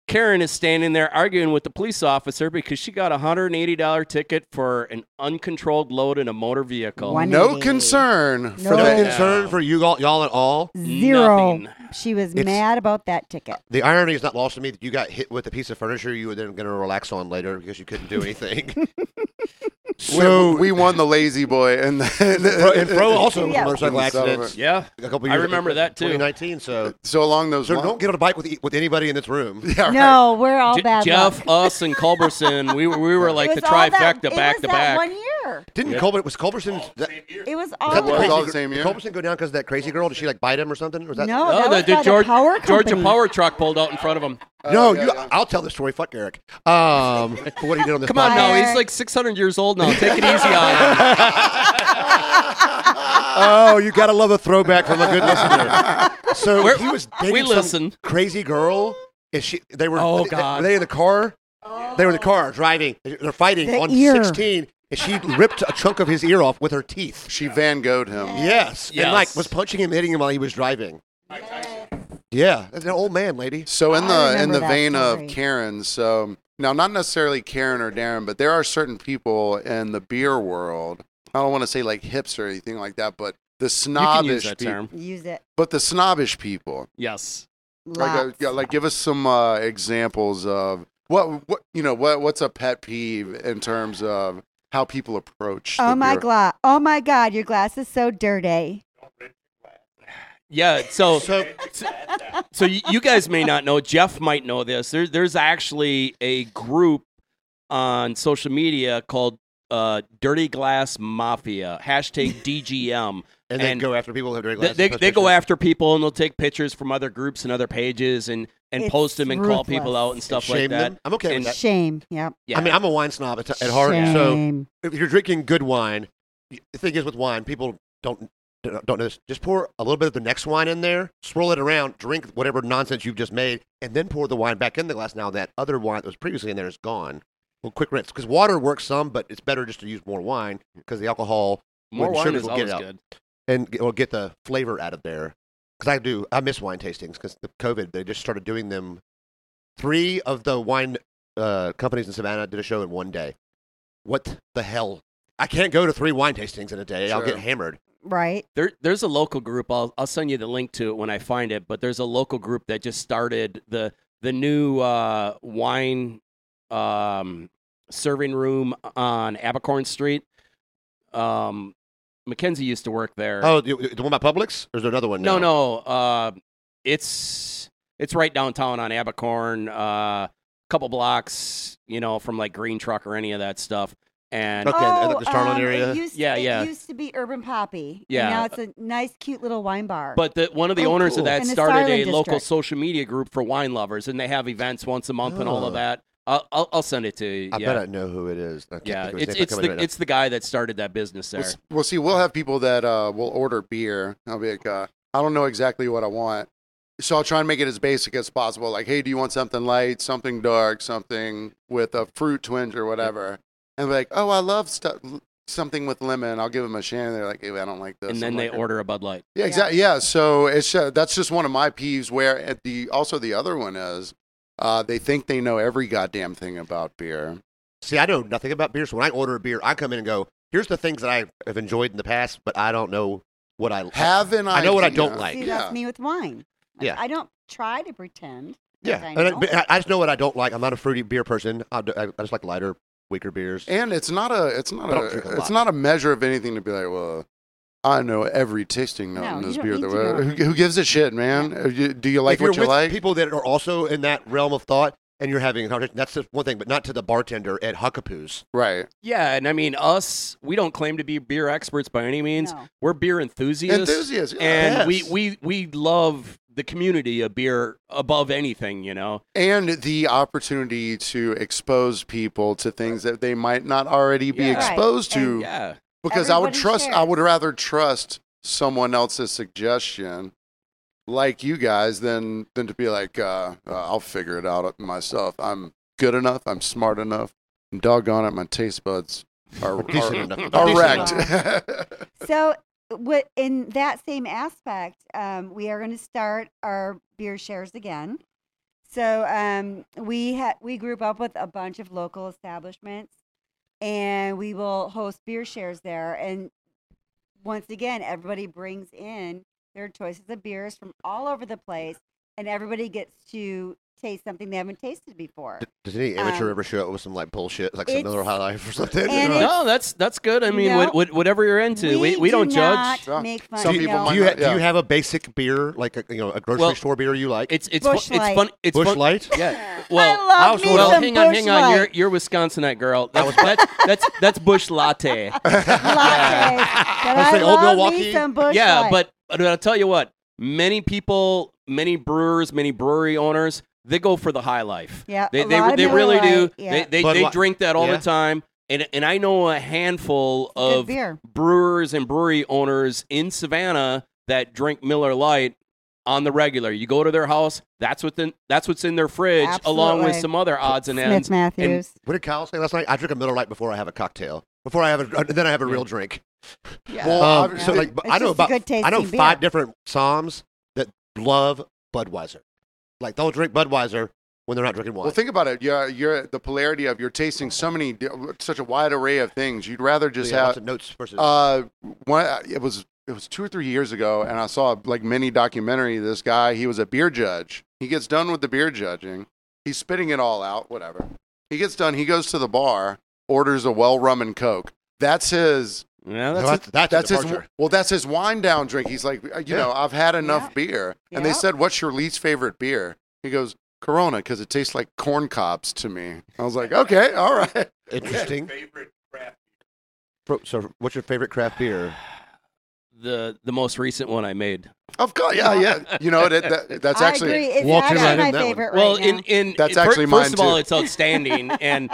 S5: Karen is standing there arguing with the police officer because she got a hundred and eighty dollar ticket for an uncontrolled load in a motor vehicle.
S4: One-
S3: No
S4: Funny.
S3: concern
S4: No.
S3: for
S2: No
S3: that.
S2: concern for you all, y'all at all.
S4: Zero.
S5: Nothing.
S4: She was
S2: It's-
S4: mad about that ticket.
S2: The irony is not lost on me that you got hit with a piece of furniture you were then going to relax on later because you couldn't do anything.
S3: So <laughs> we, uh, won the lazy boy, and,
S2: Fro-
S3: <laughs>
S2: and Fro also was
S4: Yeah.
S2: a motorcycle
S3: uh, Yeah. uh,
S2: accidents
S5: Yeah,
S2: a couple
S5: I
S2: years
S5: remember that too.
S2: 2019. So,
S3: so along those
S2: so
S3: lines,
S2: don't get on a bike with e, with anybody in this room.
S3: <laughs> Yeah, right.
S4: No, we're all
S5: Je-
S4: bad.
S5: Jeff,
S4: luck.
S5: us, and Culberson, we were we were
S4: <laughs>
S5: like
S4: It
S5: the
S4: was all that-
S5: trifecta
S4: it
S5: back
S4: was
S5: to
S4: that
S5: back.
S4: One year.
S2: Didn't
S5: Yeah.
S2: Colbert was Culberson? That,
S4: It was
S2: was
S4: all.
S2: that
S3: It
S2: the
S3: was
S2: crazy,
S3: all the same year?
S2: Did Culberson go down because that crazy girl? Did she like bite him or something? Was that
S4: no,
S5: Oh,
S4: that
S5: the-
S4: was
S5: the
S4: by
S5: George-
S4: the power
S5: Georgia
S4: company.
S5: Power truck pulled out in front of him.
S2: No,
S3: Oh, yeah,
S2: you.
S3: yeah.
S2: I'll tell the story. Fuck Eric.
S3: <laughs>
S2: Um, for what he did on this.
S5: Come on
S2: podcast.
S5: now,
S4: Fire.
S5: he's like 600 years old now. Take <laughs> it easy on him.
S2: oh, you gotta love a throwback from a good
S5: <laughs>
S2: listener. So
S5: We're-
S2: he was dating
S5: we
S2: some
S5: listen.
S2: crazy girl. And she, they were.
S5: Oh,
S2: they-
S5: God.
S2: Were they in the car? They were in the car driving. They're fighting
S4: Oh. The
S2: on
S4: ear.
S2: 16, and she ripped a chunk of his ear off with her teeth.
S3: she Van Gogh'd him.
S2: Yes.
S5: Yes.
S2: And like was punching him, hitting him while he was driving. Yeah, that's an old man, lady.
S3: So in
S4: I
S3: the in
S4: remember
S3: the
S4: that
S3: vein
S4: story.
S3: of Karen's, so now not necessarily Karen or Darren, but there are certain people in the beer world. I don't want to say like hips or anything like that, but the
S5: You can
S3: snobbish
S5: use that
S3: pe-
S5: term.
S4: Use it.
S3: But the snobbish people.
S5: Yes.
S3: Like, uh,
S4: Lots.
S3: yeah, like give us some uh, examples of what what you know what what's a pet peeve in terms of how people approach. the
S4: oh my
S3: beer-
S4: god. Oh my god. Your glass is so dirty.
S5: Yeah. So,
S2: So
S5: so y- you guys may not know. Jeff might know this. There, there's actually a group on social media called uh, Dirty Glass Mafia hashtag <laughs> DGM.
S2: and then
S5: And
S2: go after people who have dirty
S5: They,
S2: glasses.
S5: they,
S2: and post
S5: they go
S2: pictures.
S5: after people and they'll take pictures from other groups and other pages and and
S4: It's
S5: post them and call people
S4: ruthless.
S5: out and stuff like
S2: shame
S5: that.
S2: them. I'm okay with
S5: And-
S2: that.
S4: Shame. Yep.
S5: Yeah.
S2: I mean, I'm a wine snob at, at heart. So
S4: Shame.
S2: if you're drinking good wine, y- the thing is with wine, people don't don't know this. Just pour a little bit of the next wine in there, swirl it around, drink whatever nonsense you've just made, and then pour the wine back in the glass. Now that other wine that was previously in there is gone. Well, quick rinse because water works some, but it's better just to use more wine because the alcohol
S5: More
S2: when
S5: wine
S2: sugar
S5: is
S2: will get
S5: always
S2: out.
S5: good.
S2: and get, will get the flavor out of there. Because I do, I miss wine tastings because the COVID they just started doing them. Three of the wine uh, companies in Savannah did a show in one day. What the hell? I can't go to three wine tastings in a day. I'll
S3: Sure.
S2: get hammered.
S4: Right.
S5: There, there's a local group. I'll, I'll send you the link to it when I find it. But there's a local group that just started the the new uh, wine um, serving room on Abercorn Street. Um, Mackenzie used to work there.
S2: Oh, the, the one by Publix? Or is there another one?
S5: no,
S2: now?
S5: no, uh, it's it's right downtown on Abercorn, a uh, couple blocks, you know, from like Green Truck or any of that stuff. And
S2: Okay,
S4: oh,
S2: the- the Starland
S4: um,
S2: area?
S4: It used,
S5: Yeah,
S4: it
S5: yeah.
S4: used to be Urban Poppy.
S5: Yeah.
S4: And now it's a nice, cute little wine bar.
S5: But the, one of the
S4: Oh,
S5: owners
S4: cool.
S5: of that
S4: In the
S5: started a
S4: Starling
S5: local
S4: district.
S5: social media group for wine lovers, and they have events once a month and all
S2: Oh.
S5: of that. I'll, I'll, I'll send it to you.
S2: I
S5: yeah.
S2: bet I know who it is. I can't
S5: yeah,
S2: think of his
S5: it's
S2: name.
S5: it's
S2: Come
S5: the
S2: in right
S5: it's the guy that started that business there.
S3: We'll, s- we'll see. We'll have people that uh, will order beer. I'll be like, uh, I don't know exactly what I want. So I'll try and make it as basic as possible. Like, hey, do you want something light, something dark, something with a fruit twinge or whatever? And be like, oh, I love stuff. Something with lemon, I'll give them a sham. They're like, "Ew, I don't like this.
S5: and then
S3: I'm
S5: they
S3: like,
S5: order a Bud Light.
S3: Yeah, exactly. Yeah, so it's uh, that's just one of my peeves. Where at the also the other one is, uh, they think they know every goddamn thing about beer.
S2: now. See, I know nothing about beer, so when I order a beer, I come in and go, here's the things that I have enjoyed in the past, but I don't know what I
S3: Have an
S2: I know what I
S3: idea.
S2: don't like.
S4: See,
S3: yeah.
S4: that's me with wine. Like,
S2: Yeah.
S4: I don't try to pretend.
S2: Yeah,
S4: I
S2: and I,
S4: know.
S2: but I- I just know what I don't like. I'm not a fruity beer person. I, do- I I just like lighter, weaker beers.
S3: And it's not a it's not
S2: I don't drink
S3: a,
S2: a
S3: it's
S2: lot.
S3: not a measure of anything to be like, well, I know every tasting note
S4: No,
S3: in
S4: you
S3: this
S4: don't
S3: beer.
S4: need
S3: That
S4: to
S3: we're-
S4: know.
S3: <laughs> who, who gives a shit, man? Uh, you- Do you like
S2: if
S3: what
S2: you're
S3: you
S2: with
S3: like?
S2: people that are also in that realm of thought, and you're having a conversation, that's just one thing. But not to the bartender at Huckapoo's.
S3: right.
S5: Yeah, and I mean us, we don't claim to be beer experts by any means.
S4: No.
S5: We're beer enthusiasts,
S3: Enthusiasts. yeah.
S5: and
S2: uh, Yes.
S5: we, we we love the community of beer above anything. You know,
S3: and the opportunity to expose people to things that they might not already be
S5: Yeah. Right.
S3: exposed
S4: And-
S3: to.
S5: yeah.
S3: because I would
S4: Everybody
S3: trust. I
S4: shares.
S3: would rather trust someone else's suggestion, like you guys, than than to be like, uh, uh, I'll figure it out myself. I'm good enough. I'm smart enough. And doggone it, my taste buds are, are,
S2: Decent enough.
S3: are <laughs>
S2: Decent
S3: wrecked.
S4: So what in that same aspect, um, we are going to start our beer shares again. So um, we ha- we group up with a bunch of local establishments, and we will host beer shares there. And once again, everybody brings in their choices of beers from all over the place, and everybody gets to taste something they haven't tasted before.
S2: Does any amateur
S4: Um,
S2: ever show up with some like bullshit, like some
S4: it's-
S2: Miller High Life or something?
S4: and it's-
S5: No, that's that's good. I mean,
S4: No.
S5: what, what, whatever you're into, we, we, don't
S4: do not
S5: judge.
S3: Yeah.
S4: make fun.
S3: Some
S4: no.
S3: people
S2: do
S3: might
S2: you ha-
S3: not- yeah.
S2: do you have a basic beer, like a, you know a grocery
S5: Well,
S2: store beer you like?
S5: It's it's
S4: Bush
S5: fun, it's
S4: Light.
S5: fun. It's
S2: Bush
S3: <laughs>
S5: fun.
S2: Light.
S4: <laughs>
S5: Yeah.
S4: I
S5: Well,
S4: love
S2: I was
S4: me
S5: well,
S4: some
S5: hang on,
S4: Bush
S5: hang on.
S4: Light.
S5: You're you're Wisconsinite girl.
S4: <laughs>
S5: That's that's that's, that's Bush Latte.
S4: latte. But
S2: Let's
S4: I
S2: say Old
S4: love
S2: Milwaukee.
S4: me some <laughs> Bush
S5: yeah,
S4: Light.
S5: but, but I'll tell you what. Many people, many brewers, many brewery owners, they go for the high life.
S4: yeah,
S5: They
S4: a
S5: they,
S4: lot of
S5: they
S4: Miller
S5: really do.
S4: Lite, Yeah.
S5: They they,
S2: Bud
S5: they
S2: Li-
S5: drink that all
S2: Yeah.
S5: the time. And and I know a handful
S4: Good
S5: of
S4: beer.
S5: brewers and brewery owners in Savannah that drink Miller Lite on the regular. You go to their house, that's what the, that's what's in their fridge along with
S4: Absolutely.
S5: some other odds and
S4: Smith
S5: ends.
S4: Matthews.
S2: What did Kyle say last night? I drink a Miller Lite before I have a cocktail. Before I have a, then I have a real drink.
S4: yeah.
S3: Well,
S2: Um,
S3: obviously-
S2: so like,
S4: It's
S2: I know
S4: just a
S2: about
S4: good
S2: I know
S4: tasting
S2: five
S4: beer.
S2: different psalms that love Budweiser. Like they'll drink Budweiser when they're not drinking wine.
S3: Well, think about it. You're, you're the polarity of you're tasting so many, di- such a wide array of things. You'd rather just
S2: So, yeah,
S3: have
S2: lots of notes versus.
S3: Uh, one, it was it was two or three years ago, and I saw a like mini documentary. of This guy, he was a beer judge. He gets done with the beer judging. He's spitting it all out. Whatever. He gets done. He goes to the bar, orders a well rum and coke. That's his.
S5: Yeah,
S2: that's, that's,
S5: that's
S2: that's,
S3: That's
S2: a
S3: his.
S2: departure.
S3: Well, that's his wind down drink. He's like, "Uh, you
S2: Yeah.
S3: know, I've had enough
S4: Yeah.
S3: beer. And they
S4: Yeah.
S3: said, "What's your least favorite beer?" He goes, "Corona," because it tastes like corn cobs to me. I was like, "Okay, all right." <laughs>
S2: <laughs> interesting.
S1: Favorite craft
S2: Pro- So, what's your favorite craft beer?
S5: the the most recent one I made.
S3: Of course, yeah, yeah. You know, that, that that's
S4: I
S3: actually
S4: agree. It's
S2: Walked you
S4: actually
S2: right
S4: my
S2: in that one.
S4: favorite
S5: well,
S4: right
S5: in
S4: now.
S5: in
S3: That's
S5: fir-
S3: actually
S5: first
S3: mine,
S5: of all,
S3: too.
S4: <laughs>
S5: it's outstanding, and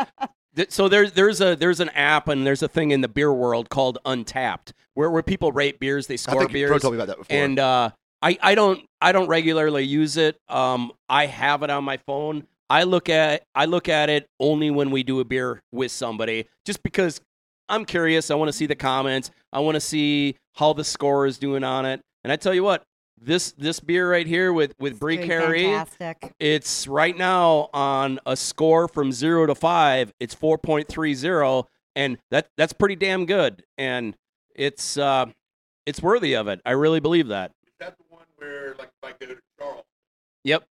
S5: th- so there's there's a there's an app and there's a thing in the beer world called Untapped, where where people rate beers, they
S2: I
S5: score
S2: think you Pro
S5: beers,
S2: told me about that before.
S5: and uh, I I don't I don't regularly use it. Um, I have it on my phone. I look at I look at it only when we do a beer with somebody, just because I'm curious. I want to see the comments. I want to see how the score is doing on it. And I tell you what, this this beer right here with with Brie
S4: Doing
S5: Carey.
S4: fantastic.
S5: It's right now on a score from zero to five. It's four point three zero, and that that's pretty damn good. And it's uh, it's worthy of it. I really believe that.
S1: Is that the one where, like, if I go to Charles,
S5: Yep,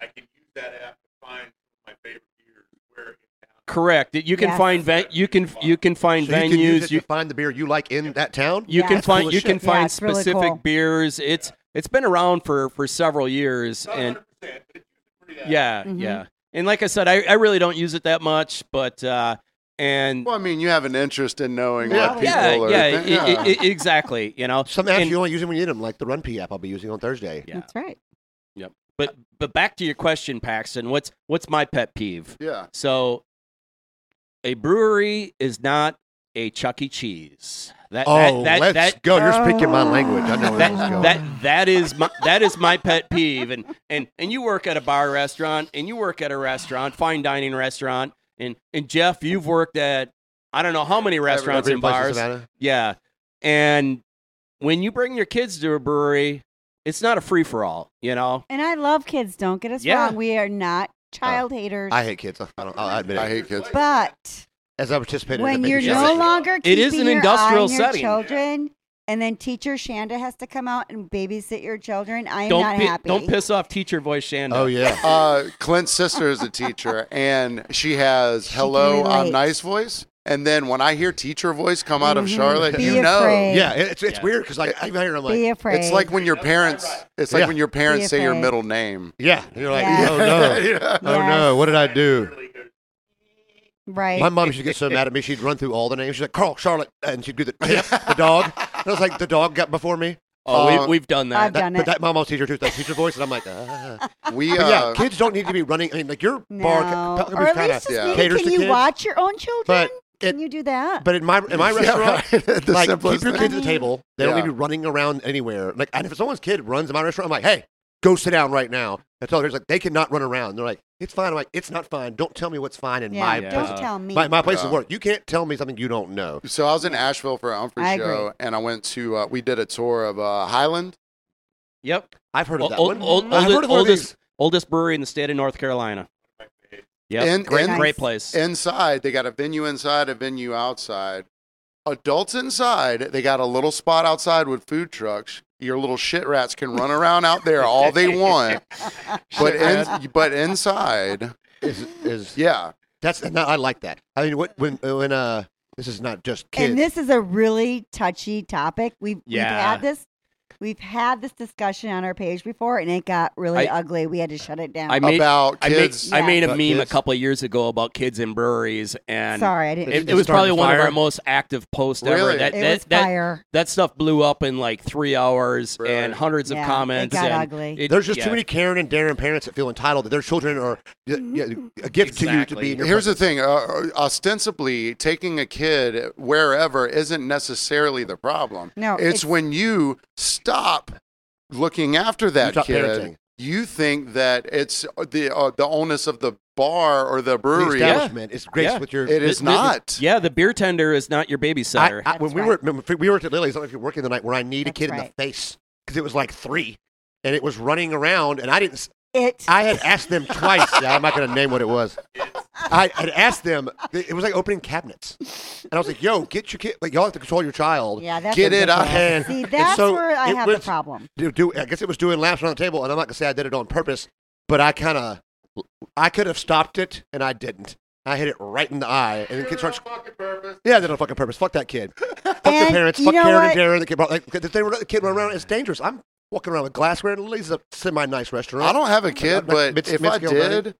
S1: I can use that app to find my favorite beers where it's found?
S5: correct. You can
S4: Yes.
S5: find ven- you can you can find
S2: so you can use
S5: venues.
S2: it to find the beer you like in that town.
S5: You
S4: Yeah.
S5: can
S4: That's
S5: find
S2: cool as
S5: you
S2: shit.
S5: can
S4: Yeah,
S5: find
S4: it's really
S5: specific
S4: cool.
S5: beers. It's it's been around for for several years, and yeah,
S4: Mhm.
S5: yeah. And like I said, I, I really don't use it that much, but uh, and
S3: Well, I mean, you have an interest in knowing
S4: Yeah.
S3: what people
S5: yeah,
S3: are.
S5: yeah,
S3: thinking.
S5: i- i- i- exactly. You know,
S2: Some apps
S5: And-
S2: you only use them when you need them, like the Run P app I'll be using on Thursday.
S5: Yeah.
S4: That's right.
S5: But but back to your question, Paxton. What's what's my pet peeve?
S3: yeah.
S5: So, a brewery is not a Chuck E. Cheese. That,
S2: Oh,
S5: that, that,
S2: let's
S5: that, uh,
S2: go! You're speaking my language. I know where
S5: that,
S2: this is going.
S5: that that is my that is my pet peeve. And and and you work at a bar restaurant, and you work at a restaurant, fine dining restaurant, and and Jeff, you've worked at I don't know how many restaurants
S2: Every
S5: and
S2: place in
S5: bars.
S2: Savannah.
S5: Yeah. And when you bring your kids to a brewery, it's not a free for all. You know.
S4: And I love kids. Don't get us
S5: Yeah.
S4: wrong. We are not child haters.
S2: Oh. I hate kids. I don't, I'll admit it.
S3: I hate kids.
S4: but
S2: As I participated, in
S4: when
S2: the
S4: you're
S2: baby
S4: no
S2: shower.
S4: longer
S5: It is
S4: keeping
S5: an
S4: your
S5: industrial
S4: eye on your
S5: setting.
S4: children, and then teacher Shanda has to come out and babysit your children, I am
S5: don't
S4: not
S5: pi-
S4: happy.
S5: don't piss off teacher voice Shanda.
S2: oh yeah,
S3: Uh, Clint's sister is a teacher, and she has
S4: She can
S3: hello, I'm
S4: relate.
S3: nice voice. And then when I hear teacher voice come out of
S4: Mhm.
S3: Charlotte,
S4: Be
S3: you know,
S4: afraid.
S2: yeah. It's it's
S5: Yeah.
S2: weird because like I'm here, I'm like,
S4: Be afraid.
S3: it's like when your parents, it's like
S2: Yeah.
S3: when your parents say your
S4: afraid.
S3: middle name.
S2: yeah. And you're like,
S4: Yeah.
S2: oh
S4: <laughs>
S2: no,
S3: <laughs> Yeah.
S2: oh no, what did I do?
S4: right.
S2: My mom used to get so mad at me. She'd run through all the names. She's like, Carl, Charlotte, and she'd do the the dog. And I was like, the dog got before me.
S5: Oh,
S3: Uh,
S5: we, we've done that.
S4: I've
S2: That-
S4: done
S2: but
S4: it.
S2: that my mom's teacher too. That teacher voice, and I'm like, ah.
S3: We,
S2: But yeah.
S3: uh,
S2: kids don't need to be running. I mean, like your
S4: no.
S2: bar,
S4: or at
S2: kind
S4: least just
S2: of,
S3: Yeah.
S4: maybe
S2: caters
S4: can
S2: to
S4: you
S2: kids.
S4: watch your own children?
S2: but
S4: can you do that?
S2: but in my
S4: <laughs>
S2: in my
S3: <laughs> Yeah,
S2: restaurant,
S3: right. The
S2: like keep
S3: simplest
S2: your
S3: thing.
S2: kids at the table. They
S3: Yeah.
S2: don't need to be running around anywhere. Like, and if someone's kid runs in my restaurant, I'm like, hey, go sit down right now. I told her, it's like, they cannot run around. They're like, it's fine. I'm like, it's not fine. Don't tell me what's fine in
S4: yeah,
S2: my, uh,
S5: Yeah.
S4: don't
S5: place-
S4: tell me.
S2: my my place of
S3: Yeah.
S2: work. You can't tell me something you don't know.
S3: So I was in Asheville for an Humphrey
S4: I agree.
S3: show, and I went to uh, we did a tour of uh, Highland.
S5: Yep.
S2: I've heard of that
S5: Old-
S2: one.
S5: old-
S2: I've heard
S5: oldest-
S2: of all
S5: oldest-
S2: these.
S5: Oldest brewery in the state of North Carolina. Yep.
S3: In-
S5: great,
S4: in-
S5: great place.
S3: Inside, they got a venue inside, a venue outside. Adults inside, they got a little spot outside with food trucks. Your little shit rats can run around out there all they want, but in, but inside,
S2: Is, is
S3: yeah,
S2: that's no, I like that. I mean, what when when uh this is not just kids.
S4: And this is a really touchy topic. We've, we've
S5: Yeah.
S4: had this. We've had this discussion on our page before, and it got really
S5: I-
S4: ugly. We had to shut it down.
S5: I made,
S3: about
S5: I made,
S3: kids.
S5: I made a
S2: About
S5: meme a
S2: kids.
S5: couple of years ago about kids in breweries, and
S4: Oh, Sorry, I didn't.
S5: it, it
S2: It
S5: was
S2: started
S5: probably one of
S2: fire.
S5: our most active posts ever.
S3: Really?
S5: That,
S4: it
S5: that,
S4: was
S5: that-
S4: fire.
S5: that stuff blew up in like three hours
S3: Really?
S5: and hundreds
S4: Yeah,
S5: of comments.
S4: It got
S5: and
S4: ugly.
S5: it-
S2: There's just
S5: yeah.
S2: too many Karen and Darren parents that feel entitled that their children are y-
S4: Mm-hmm.
S2: y- a gift to you to be. In your
S3: Here's the thing: uh, ostensibly, taking a kid wherever isn't necessarily the problem.
S4: No,
S3: it's,
S4: it's-
S3: when you stop looking after that
S2: stop
S3: kid.
S2: parenting.
S3: You think that it's the uh, the onus of the bar or the
S2: the
S3: brewery.
S2: establishment. It's grace
S5: Yeah.
S2: with your.
S3: It is
S5: Th- th-
S3: not.
S5: Yeah, the beer tender is not your
S2: I,
S5: babysitter.
S2: I, when
S4: That's
S2: we
S4: right.
S2: were remember, we were at Lily's. I don't know if you're working the night where I need
S4: That's
S2: a kid in
S4: right.
S2: the face because it was like three, and it was running around, and I didn't. s-
S4: It.
S2: I had
S4: <laughs>
S2: asked them twice. Yeah, I'm not going to name what it was. I had asked them. It was like opening cabinets, and I was like, "Yo, get your kid. Like y'all have to control your child.
S4: yeah, that's
S3: Get it out of
S4: ridiculous.
S2: hand.
S4: See,
S2: <laughs> And
S4: that's
S2: so
S4: where I
S2: it
S4: have
S2: was-
S4: the problem.
S2: do, do I guess it was doing laps around the table, and I'm not gonna say I did it on purpose, but I kind of, I could have stopped it, and I didn't. I hit it right in the eye, and the kid starts. Yeah, they don't fucking purpose. Fuck that kid. Fuck their
S4: And
S2: parents.
S4: you
S2: Fuck
S4: know
S2: Karen
S4: what?
S2: and Darren. The kid, brought- like, if they were the kid run around. It's dangerous. I'm walking around with glassware. and Lily's a semi-nice restaurant.
S3: I don't have a
S2: Like,
S3: kid,
S2: like
S3: but
S2: mid-
S3: if I
S2: mid-scale dining.
S3: did,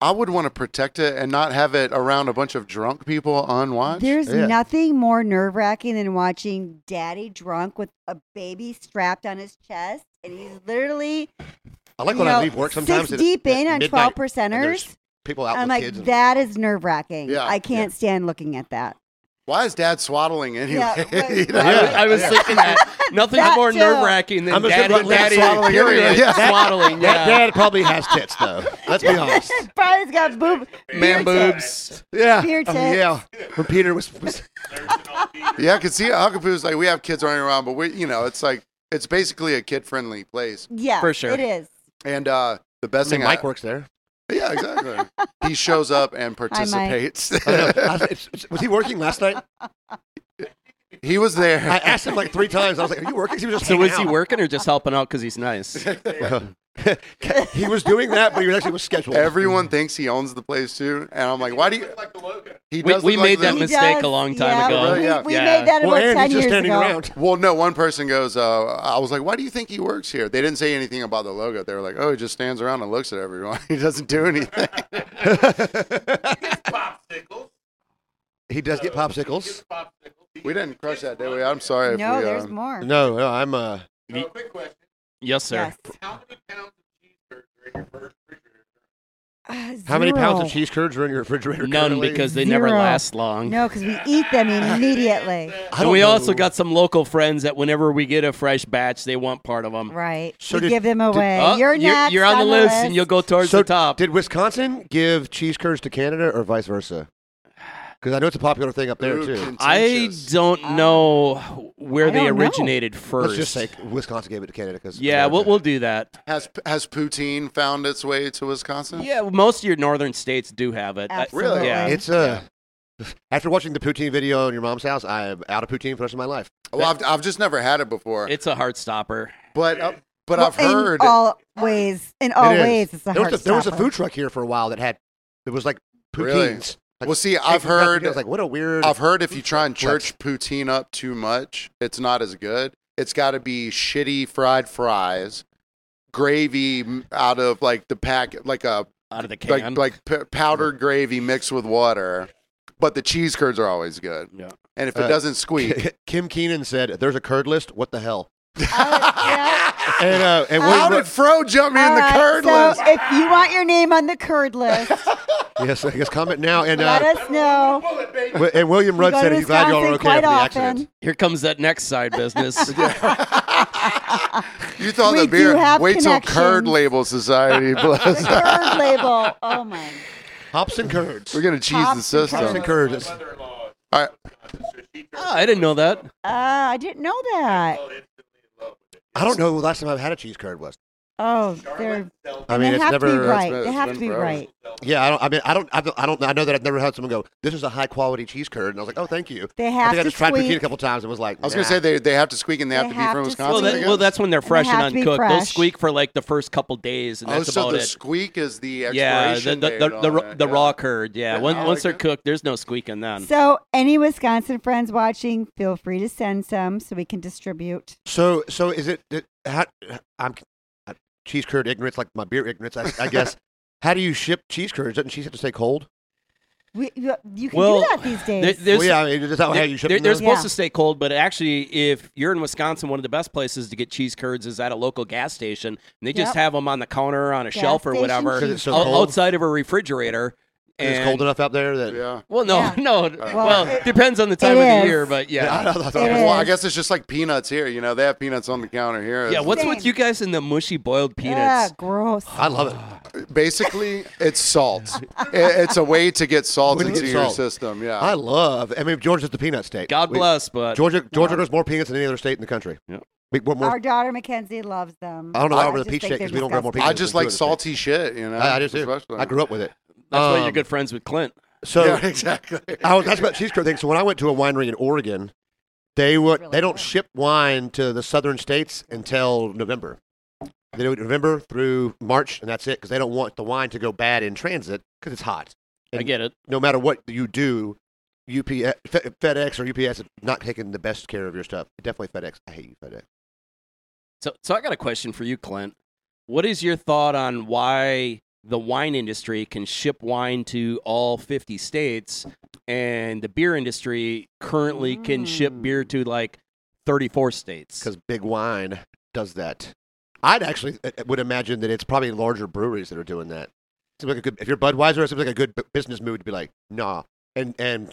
S3: I would want to protect it and not have it around a bunch of drunk people unwatched.
S4: There's
S2: Yeah.
S4: nothing more nerve wracking than watching daddy drunk with a baby strapped on his chest. And he's literally
S2: I like
S4: you
S2: when
S4: know,
S2: I leave work sometimes.
S4: six
S2: at-
S4: deep
S2: at
S4: in on
S2: midnight,
S4: twelve
S2: and there's
S4: percenters.
S2: People out
S4: I'm
S2: with
S4: like,
S2: kids. and-
S4: that is nerve wracking.
S3: Yeah,
S4: I can't stand looking at
S2: <laughs>
S4: that.
S3: Why is dad swaddling <laughs> anyway?
S4: Yeah,
S3: You
S4: but-
S3: know?
S5: I was, I was
S2: Yeah.
S5: thinking <laughs> that nothing's
S4: That
S5: more
S4: too.
S5: nerve wracking than
S2: I'm just
S5: daddy,
S2: gonna let
S5: daddy
S2: swaddling
S5: period.
S3: anyway. Yeah.
S5: swaddling.
S2: that
S5: Yeah,
S2: dad probably has tits though.
S4: <laughs>
S2: Let's be honest.
S4: Brian's got boob
S5: man
S4: beer tips.
S5: boobs.
S2: Yeah.
S4: Beer
S2: Oh,
S4: tits.
S2: <laughs> yeah. When Peter was, was
S3: Yeah, I could see Huckapoo's like we have kids running around, but we, you know, it's like it's basically a kid-friendly place.
S4: Yeah,
S5: For sure.
S4: it is.
S3: And uh the best
S2: I mean,
S3: thing,
S2: Mike
S3: I,
S2: works there.
S3: yeah, exactly. he shows up and participates.
S2: <laughs> I know. I was- it's- it's- was he working last night?
S3: <laughs> he was there.
S2: I asked him like three times. I was like, "Are you working?" He was just
S5: So
S2: hanging
S5: is he
S2: out.
S5: working or just helping out because
S2: <laughs>
S5: he's nice?
S2: he was doing that, but he was actually was scheduled.
S3: Everyone thinks he owns the place too, and I'm like, why do you? Like the logo. He
S5: We,
S3: does.
S5: we
S3: look like
S5: made
S3: the-
S5: that
S4: He
S5: mistake
S4: does,
S5: a long time
S4: yeah,
S5: ago.
S4: We,
S3: Really? Yeah.
S4: we
S5: Yeah.
S4: made that
S2: well,
S4: about
S2: and
S4: ten
S2: he's just
S4: years
S2: standing
S4: ago.
S2: around.
S3: Well, no. One person goes, uh, "I was like, why do you think he works here?" They didn't say anything about the logo. They were like, "Oh, he just stands around and looks at everyone. <laughs> he doesn't do anything."
S4: <laughs>
S2: <laughs> He does get popsicles.
S3: we didn't crush that, did we? I'm sorry.
S4: No,
S3: if we,
S4: there's
S3: um,
S4: more.
S2: No, no, I'm uh,
S5: Yes, sir.
S4: Yes. Uh,
S2: How many pounds of cheese curds are in your refrigerator?
S5: None
S2: currently?
S5: because they never
S4: Zero.
S5: last long.
S4: No, because we eat
S5: <laughs>
S4: them immediately.
S2: I
S5: And
S2: don't
S5: we
S2: know.
S5: also got some local friends that whenever we get a fresh batch, they want part of them.
S4: Right.
S2: So
S4: we
S2: did- uh,
S4: give them away.
S5: Oh,
S4: you're next.
S5: you're on the list, and you'll go towards
S2: So
S5: the top.
S2: Did Wisconsin give cheese curds to Canada or vice versa? Because I know it's a popular thing up there
S3: ooh,
S2: too.
S5: I
S3: contentious.
S5: don't know where
S4: I
S5: they
S4: don't know.
S5: originated 1st
S2: let Let's just say Wisconsin gave it to Canada because
S5: yeah, we'll, we'll do that.
S3: Has has poutine found its way to Wisconsin?
S5: Yeah, most of your northern states do have it. I-
S4: Absolutely.
S3: Really?
S5: Yeah.
S2: It's uh, <laughs> after watching the poutine video in your mom's house, I am out of poutine for the rest of my life.
S3: Well, I've, I've just never had it before,
S5: It's a heart stopper.
S3: but uh, but I've
S4: in
S3: heard
S4: all ways. In
S2: It
S4: all
S2: is.
S4: ways, it's a
S2: there
S4: hard
S2: was a, there was a
S4: stopper.
S2: food truck here for a while that had it was like poutines.
S3: Really?
S2: Like,
S3: Well, see, I've
S2: eggs and mashed
S3: heard-
S2: potatoes. like what a weird. <laughs>
S3: I've heard if you try and
S2: Flex.
S3: church poutine up too much, it's not as good. It's got to be shitty fried fries, gravy m- out of like the pack, like a
S5: Out of the can.
S3: like like p- powdered gravy mixed with water. But the cheese curds are always good,
S5: yeah.
S3: and if it
S2: Uh,
S3: doesn't
S2: <laughs>
S3: squeak,
S2: Kim Keenan said, "There's a curd list. What the hell?" <laughs>
S4: Yeah.
S2: And uh, and
S3: how
S2: Wade
S3: did Fro jump me in
S4: All
S3: the
S4: right,
S3: curd
S4: Uh, so
S3: list?
S4: if you want your name on the curd
S2: <laughs>
S4: list,
S2: Ru- yes, I guess comment now. And
S4: let
S2: uh,
S4: us know.
S2: Wi- and William
S4: We
S2: Rudd
S4: go
S2: said
S4: to
S2: he's glad y'all are
S4: Wisconsin
S2: okay after
S4: quite
S2: the
S4: often.
S2: accident.
S3: <laughs>
S5: Here comes that next side business.
S3: You thought
S4: We
S3: the beer.
S4: do have
S3: Wait till Curd
S4: connections.
S3: Label Society.
S4: the <laughs>
S3: bless.
S4: curd label. Oh my.
S2: Hops and curds.
S3: We're gonna cheese
S4: Hops
S3: the
S4: and
S2: Hops
S3: system.
S2: and curds.
S3: All right.
S5: Ah, I didn't know that.
S4: Ah, I didn't know that.
S2: I don't know the last time I've had a cheese curd was.
S4: Oh, they're.
S2: I
S4: and
S2: mean,
S4: they
S2: it's
S4: have
S2: never. uh,
S4: to be right.
S3: been-
S4: They
S3: it's
S4: have
S3: been
S4: to be
S3: forever.
S4: right.
S2: Yeah, I don't. I mean, I don't. I don't. I don't. I know that I've never had someone go. This is a high quality cheese curd, and I was like, oh, thank you.
S4: They
S2: I
S4: have
S2: think I
S4: to
S2: just tried poutine a
S4: squeak.
S2: couple times and was like,
S3: I was
S2: nah.
S3: gonna say they, they have to squeak and they have
S4: They
S3: to be
S4: have
S3: from
S4: to
S3: Wisconsin.
S4: Well,
S5: Well,
S3: I
S4: that-
S3: guess?
S4: well,
S5: that's when they're fresh
S4: have
S5: and
S4: to be
S5: uncooked. They'll
S4: fresh.
S5: squeak for like the first couple days, and
S3: oh,
S5: that's
S3: so
S5: about
S3: the
S5: it.
S3: squeak is the
S5: Yeah,
S3: expiration
S5: the the,
S3: date
S5: the,
S3: on
S5: the,
S3: it,
S5: the
S3: yeah.
S5: raw curd. Yeah,
S3: Yeah,
S5: when,
S3: I
S2: Oh,
S5: once
S3: like
S5: they're
S3: it.
S5: cooked, there's no squeaking then.
S4: So, any Wisconsin friends watching, feel free to send some so we can distribute.
S2: So, so is it? it how, I'm uh, cheese curd ignorance, like my beer ignorance, I, I <laughs> guess. How do you ship cheese curds? Doesn't cheese have to stay cold?
S4: We, you you can
S5: Well,
S4: do that these
S5: There-
S4: days.
S5: there's-
S2: well, yeah, I mean, is that how you ship
S5: They're,
S2: them?
S5: they're
S2: though?
S5: supposed
S4: Yeah.
S5: to stay cold, but actually, if you're in Wisconsin, one of the best places to get cheese curds is at a local gas station. And they just
S4: Yep.
S5: have them on the counter, on a
S4: Gas
S5: shelf, or
S4: station
S5: whatever,
S4: cheese
S2: 'Cause it's so
S5: out-
S2: cold?
S5: outside of a refrigerator.
S2: 'Cause it's
S5: And-
S2: cold enough out there that.
S3: Yeah.
S5: Well, no,
S4: Yeah.
S5: no.
S3: Well,
S5: Well,
S4: it-
S5: depends on the
S4: it
S5: time of
S4: is.
S5: the year, but
S2: <laughs> I
S5: yeah.
S2: don't know, I thought-
S4: It
S3: Well, I
S4: is.
S3: guess it's just like peanuts here. You know, they have peanuts on the counter here.
S5: Yeah,
S3: It's-
S5: what's with
S4: Same.
S5: you guys and the mushy boiled
S4: Ah,
S5: peanuts?
S4: gross.
S2: I love it.
S3: basically it's salt. It- it's a way to get salt
S2: We need
S3: into your
S2: salt.
S3: system. Yeah.
S2: I love. I mean, Georgia's the peanut state.
S5: God
S2: We-
S5: bless, but
S2: Georgia, Georgia grows more peanuts than any other state in the country.
S5: Yeah.
S2: We, we more,
S4: Our daughter Mackenzie loves them.
S2: I don't know why we're the
S4: just
S2: peach
S4: think
S2: state
S4: they're
S2: 'cause we don't grow more
S4: disgusting.
S2: peanuts.
S3: I just like
S2: It's good.
S3: salty shit, you know.
S2: I, I just do.
S3: especially.
S2: I grew up with it.
S5: that's why you're
S2: Um,
S5: good friends with Clint.
S2: So
S3: yeah, <laughs> exactly.
S2: I was, that's about cheese curd thing. So when I went to a winery in Oregon, they would
S4: Really
S2: they don't
S4: good.
S2: ship wine to the southern states until November. They do it November through March, and that's it because they don't want the wine to go bad in transit because it's hot.
S5: I
S2: And
S5: get it.
S2: No matter what you do, UPS, Fe- FedEx or UPS is not taking the best care of your stuff. Definitely FedEx. I hate you, FedEx.
S5: So, so I got a question for you, Clint. What is your thought on why the wine industry can ship wine to all 50 states and the beer industry currently can ship
S4: Mm.
S5: beer to like 34 states?
S2: because Big Wine does that. I'd actually uh, would imagine that it's probably larger breweries that are doing that. Seems like a good if you're Budweiser, it seems like a good bu- business move to be like, nah, and and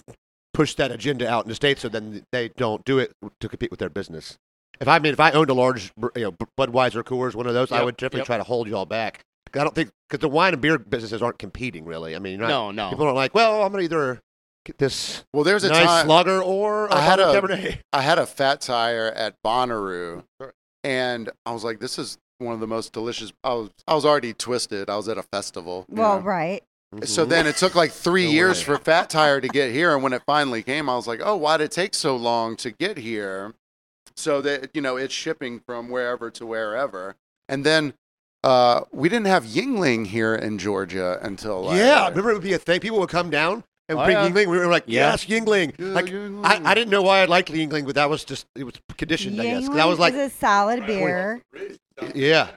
S2: push that agenda out in the states so then they don't do it to compete with their business. If I mean, if I owned a large, br- you know, B- Budweiser, Coors, one of those, I
S5: Yep,
S2: would definitely
S5: yep.
S2: try to hold y'all back. 'Cause I don't think because the wine and beer businesses aren't competing really. I mean, you're not,
S5: no, no.
S2: people aren't like, well, I'm gonna either get this
S3: Well, there's a
S2: nice
S3: time
S2: lager or a
S3: I had
S2: bottle of
S3: a-
S2: Cabernet.
S3: I had a fat tire at Bonnaroo, and I was like, "This is one of the most delicious." I was I was already twisted. I was at a festival. you
S4: Well,
S3: know?
S4: right.
S2: Mm-hmm.
S3: so then it took like three
S2: No
S3: years
S2: way.
S3: for fat tire to get here, and when it finally came, I was like, "Oh, why did it take so long to get here?" So that you know, it's shipping from wherever to wherever, and then. Uh, we didn't have Yingling here in Georgia until like,
S2: Yeah, remember it would be a thing. People would come down and
S5: Oh,
S2: bring
S5: yeah.
S2: Yingling. We were like,
S5: Yeah.
S2: yes, Yingling.
S3: Yeah,
S2: like,
S3: Yuengling.
S2: I, I didn't know why I liked Yingling, but that was just it was conditioned, I guess. 'Cause I was like,
S4: is a solid beer.
S2: yeah,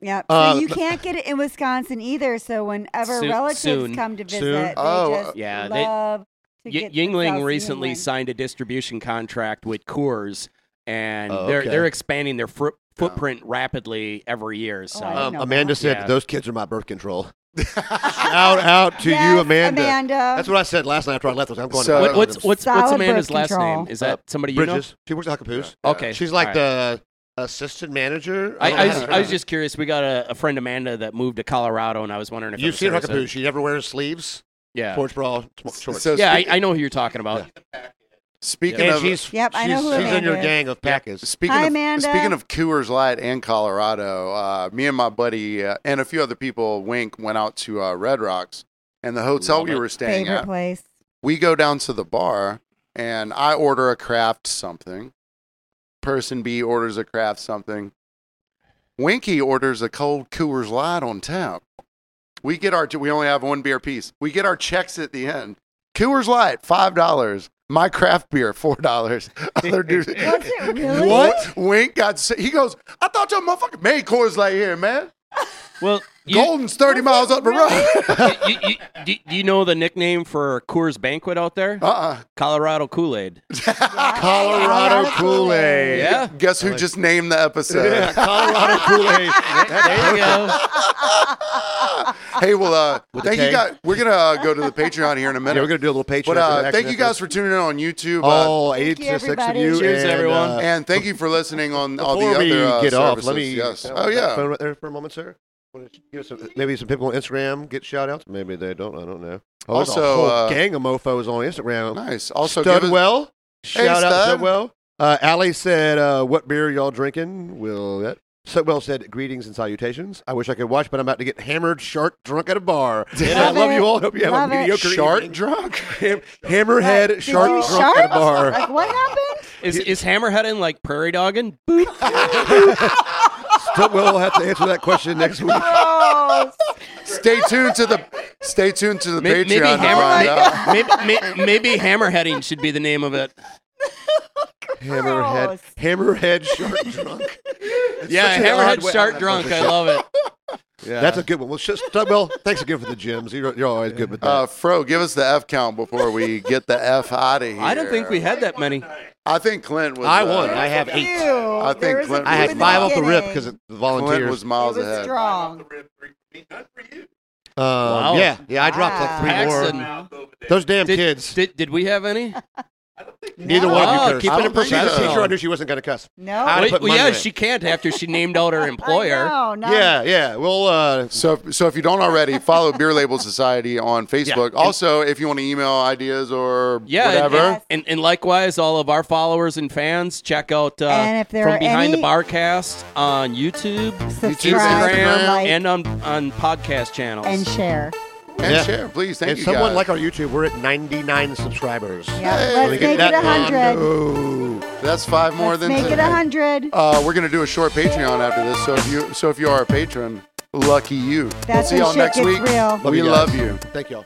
S4: Yeah. So
S2: Uh,
S4: you can't get it in Wisconsin either. So whenever
S5: Soon-
S4: relatives
S5: soon.
S4: come to visit,
S2: Soon. uh,
S4: they
S3: Oh,
S4: just
S5: yeah, they-
S4: love to
S5: Y-
S4: get
S5: Yingling
S4: themselves a
S5: recently
S4: Yingling.
S5: signed a distribution contract with Coors, and
S2: Oh,
S5: they're
S2: okay. Oh.
S5: they're expanding their fr- footprint rapidly every year. So,
S4: Oh, I
S2: um,
S4: know
S2: Amanda
S4: that.
S2: said
S5: Yeah.
S2: those kids are my birth
S5: <laughs>
S2: control. Shout out to you,
S4: Yes,
S2: Amanda.
S4: Amanda.
S2: That's what I said last night after I left. I was like, I'm going.
S3: So-
S2: to
S5: What- what's what's what's
S4: Solid
S5: Amanda's
S4: birth
S5: last
S4: control.
S5: name? Is that
S2: Uh,
S5: somebody you know? Oh,
S2: Bridges? She works at Acapulco's.
S5: Okay,
S2: She's like
S5: all right.
S2: the assistant manager.
S5: I,
S2: don't
S5: I,
S2: know
S5: was,
S2: how-
S5: I was just curious. We got a, a friend Amanda that moved to Colorado, and I was wondering if it
S2: You've
S5: was
S2: seen her
S5: her,
S2: at
S5: so-
S2: Acapulco. She never wears sleeves,
S5: Yeah,
S2: sports bra, sm- shorts.
S3: So
S5: yeah, I,
S3: speak-
S5: I know who you're talking about.
S3: speaking
S2: and
S3: of
S2: she's,
S4: Yep, I know
S2: she's,
S4: who
S2: she's in your
S4: Amanda is.
S2: gang of packers.
S3: Speaking
S4: Hi,
S3: of,
S4: Amanda.
S3: Speaking of Coors Light and Colorado, uh, me and my buddy uh, and a few other people, Wink, went out to uh, Red Rocks, and the hotel
S5: Love
S3: we
S5: it.
S3: were staying
S4: favorite
S3: at.
S2: <laughs>
S4: place.
S3: We go down to the bar, and I order a craft something. Person B orders a craft something. Winky orders a cold Coors Light on tap. We get our we only have one beer piece. We get our checks at the end. Coors Light five dollars. My craft beer four dollars. <laughs> Other
S4: <laughs>
S3: dude,
S4: Was it really?
S3: what? Wink got sick. He goes, I thought your motherfucker made Coors Light here, man.
S5: Well, you,
S3: Golden's 30 miles up the road.
S5: <laughs> you, you, do, do you know the nickname for Coors Banquet out there?
S3: <laughs>
S2: Oh.
S3: uh-uh.
S5: Colorado
S2: <laughs>
S5: Kool Aid.
S3: Colorado Kool-Aid.
S5: Yeah.
S3: Guess who just
S5: <laughs>
S3: named the episode?
S2: Colorado Kool Aid.
S5: There you go.
S3: <laughs> hey, well, uh,
S2: With the
S3: thank you
S2: K.
S3: guys. We're gonna uh, go to the Patreon here in a
S2: Yeah, we're
S3: minute.
S2: gonna do a little Patreon.
S3: but
S2: after
S3: uh,
S2: the Oh,
S3: thank
S2: action
S3: you guys
S2: after-
S3: for tuning in on YouTube. uh,
S2: all
S4: Thank
S2: eight
S4: you,
S2: to six of
S4: everybody.
S2: you.
S5: Cheers,
S2: and,
S5: everyone.
S2: uh,
S3: and thank you for listening on all the
S2: Before
S3: other
S2: we
S3: uh,
S2: get off,
S3: services.
S2: let me.
S3: Yes.
S2: can I
S3: Oh
S2: hold that
S3: yeah.
S2: Phone right there for a moment, sir. Wanna just Give us a- maybe some people on Instagram get shout outs. Maybe they don't. I don't know. Oh, there's
S3: Also,
S2: a whole
S3: uh,
S2: gang of mofo's on Instagram.
S3: Nice. Also, give us,
S2: Studwell. Shout out
S3: Stud.
S2: Studwell. Uh, Allie said, uh, "What beer y'all drinking?" Will that? Studwell said, "Greetings and salutations." I wish I could watch, but I'm about to get hammered, shark drunk at a bar. I
S4: Love
S2: love
S4: it.
S2: you all. Hope you have
S4: Love
S2: a
S4: it.
S2: mediocre
S3: Shark
S2: evening.
S3: drunk.
S2: <laughs> Ham- hammerhead,
S4: Did
S2: shark
S4: you
S2: drunk at a
S4: sharks?
S2: bar.
S4: Like what
S2: <laughs>
S4: happened?
S5: Is, is hammerheading like prairie dogging? Boop.
S2: But we'll have to answer that question next week.
S4: Gross.
S3: stay tuned to the. Stay tuned to the Patreon Uh,
S5: May- maybe,
S3: to find out.
S5: hammer, maybe, maybe, maybe hammerheading should be the name of it.
S2: Hammerhead,
S4: Gross.
S2: hammerhead, shark drunk. It's
S5: yeah,
S2: such an odd
S5: hammerhead
S2: way-
S5: shark drunk. I love it. Yeah.
S2: That's a good one. Well, sh- Stubwell, thanks again for the gems. You're, you're always good with that.
S3: Uh, Fro, give us the F count before we get the F out of here.
S5: <laughs> I don't think we had that many.
S3: I think Clint was.
S2: I
S3: uh,
S2: won. I have eight.
S4: Ew.
S3: I think
S4: There was a
S3: Clint-
S4: few
S2: I had
S4: in
S2: five off the rip
S4: beginning.
S2: because the
S3: Clint
S2: volunteers.
S3: was
S4: it
S3: miles
S4: was
S3: ahead.
S4: strong.
S2: um,
S5: Wow.
S2: Yeah, yeah. I dropped like three
S5: Paxton.
S2: more. Those damn
S5: Did,
S2: kids.
S5: Did, did we have any?
S2: Neither
S4: No.
S2: one of
S5: Oh,
S2: you cursed.
S5: keep
S2: I
S5: it
S2: don't think she's a
S5: professional.
S2: teacher. I knew she wasn't going to cuss.
S4: No.
S2: I
S5: Wait,
S2: put
S5: well,
S2: money
S5: yeah,
S2: on it.
S5: she can't after she
S4: <laughs>
S5: named out her employer.
S4: No, not
S2: Yeah, yeah. Well, uh,
S3: So, so if you don't already, follow Beer <laughs> Label Society on Facebook. Also, if you want to email ideas or
S5: Yeah, and-
S3: whatever,
S4: Yes.
S5: And, and likewise, all of our followers and fans, check out uh,
S4: And if there
S5: From
S4: are
S5: Behind the
S4: any-
S5: Barcast on YouTube,
S4: Subscribe,
S5: Instagram,
S4: like,
S5: and on, on podcast channels.
S4: and share.
S3: and
S2: Yeah.
S3: share, please. Thank
S2: and
S3: you,
S2: someone
S3: guys.
S2: like our YouTube, we're at 99 subscribers.
S4: Yeah,
S3: Hey.
S4: let's
S2: Wanna
S4: make
S2: get
S4: it
S2: that
S4: a
S2: done?
S4: hundred.
S2: No.
S3: That's five more
S4: Let's
S3: than
S4: make it a
S3: today.
S4: hundred.
S3: Uh, we're gonna do a short Patreon after this. So if you, so if you are a patron, lucky you.
S4: That's
S3: we'll see y'all
S4: when shit
S3: next
S4: gets
S3: week.
S4: real.
S2: Love
S3: we
S2: you guys.
S3: love you.
S2: Thank y'all.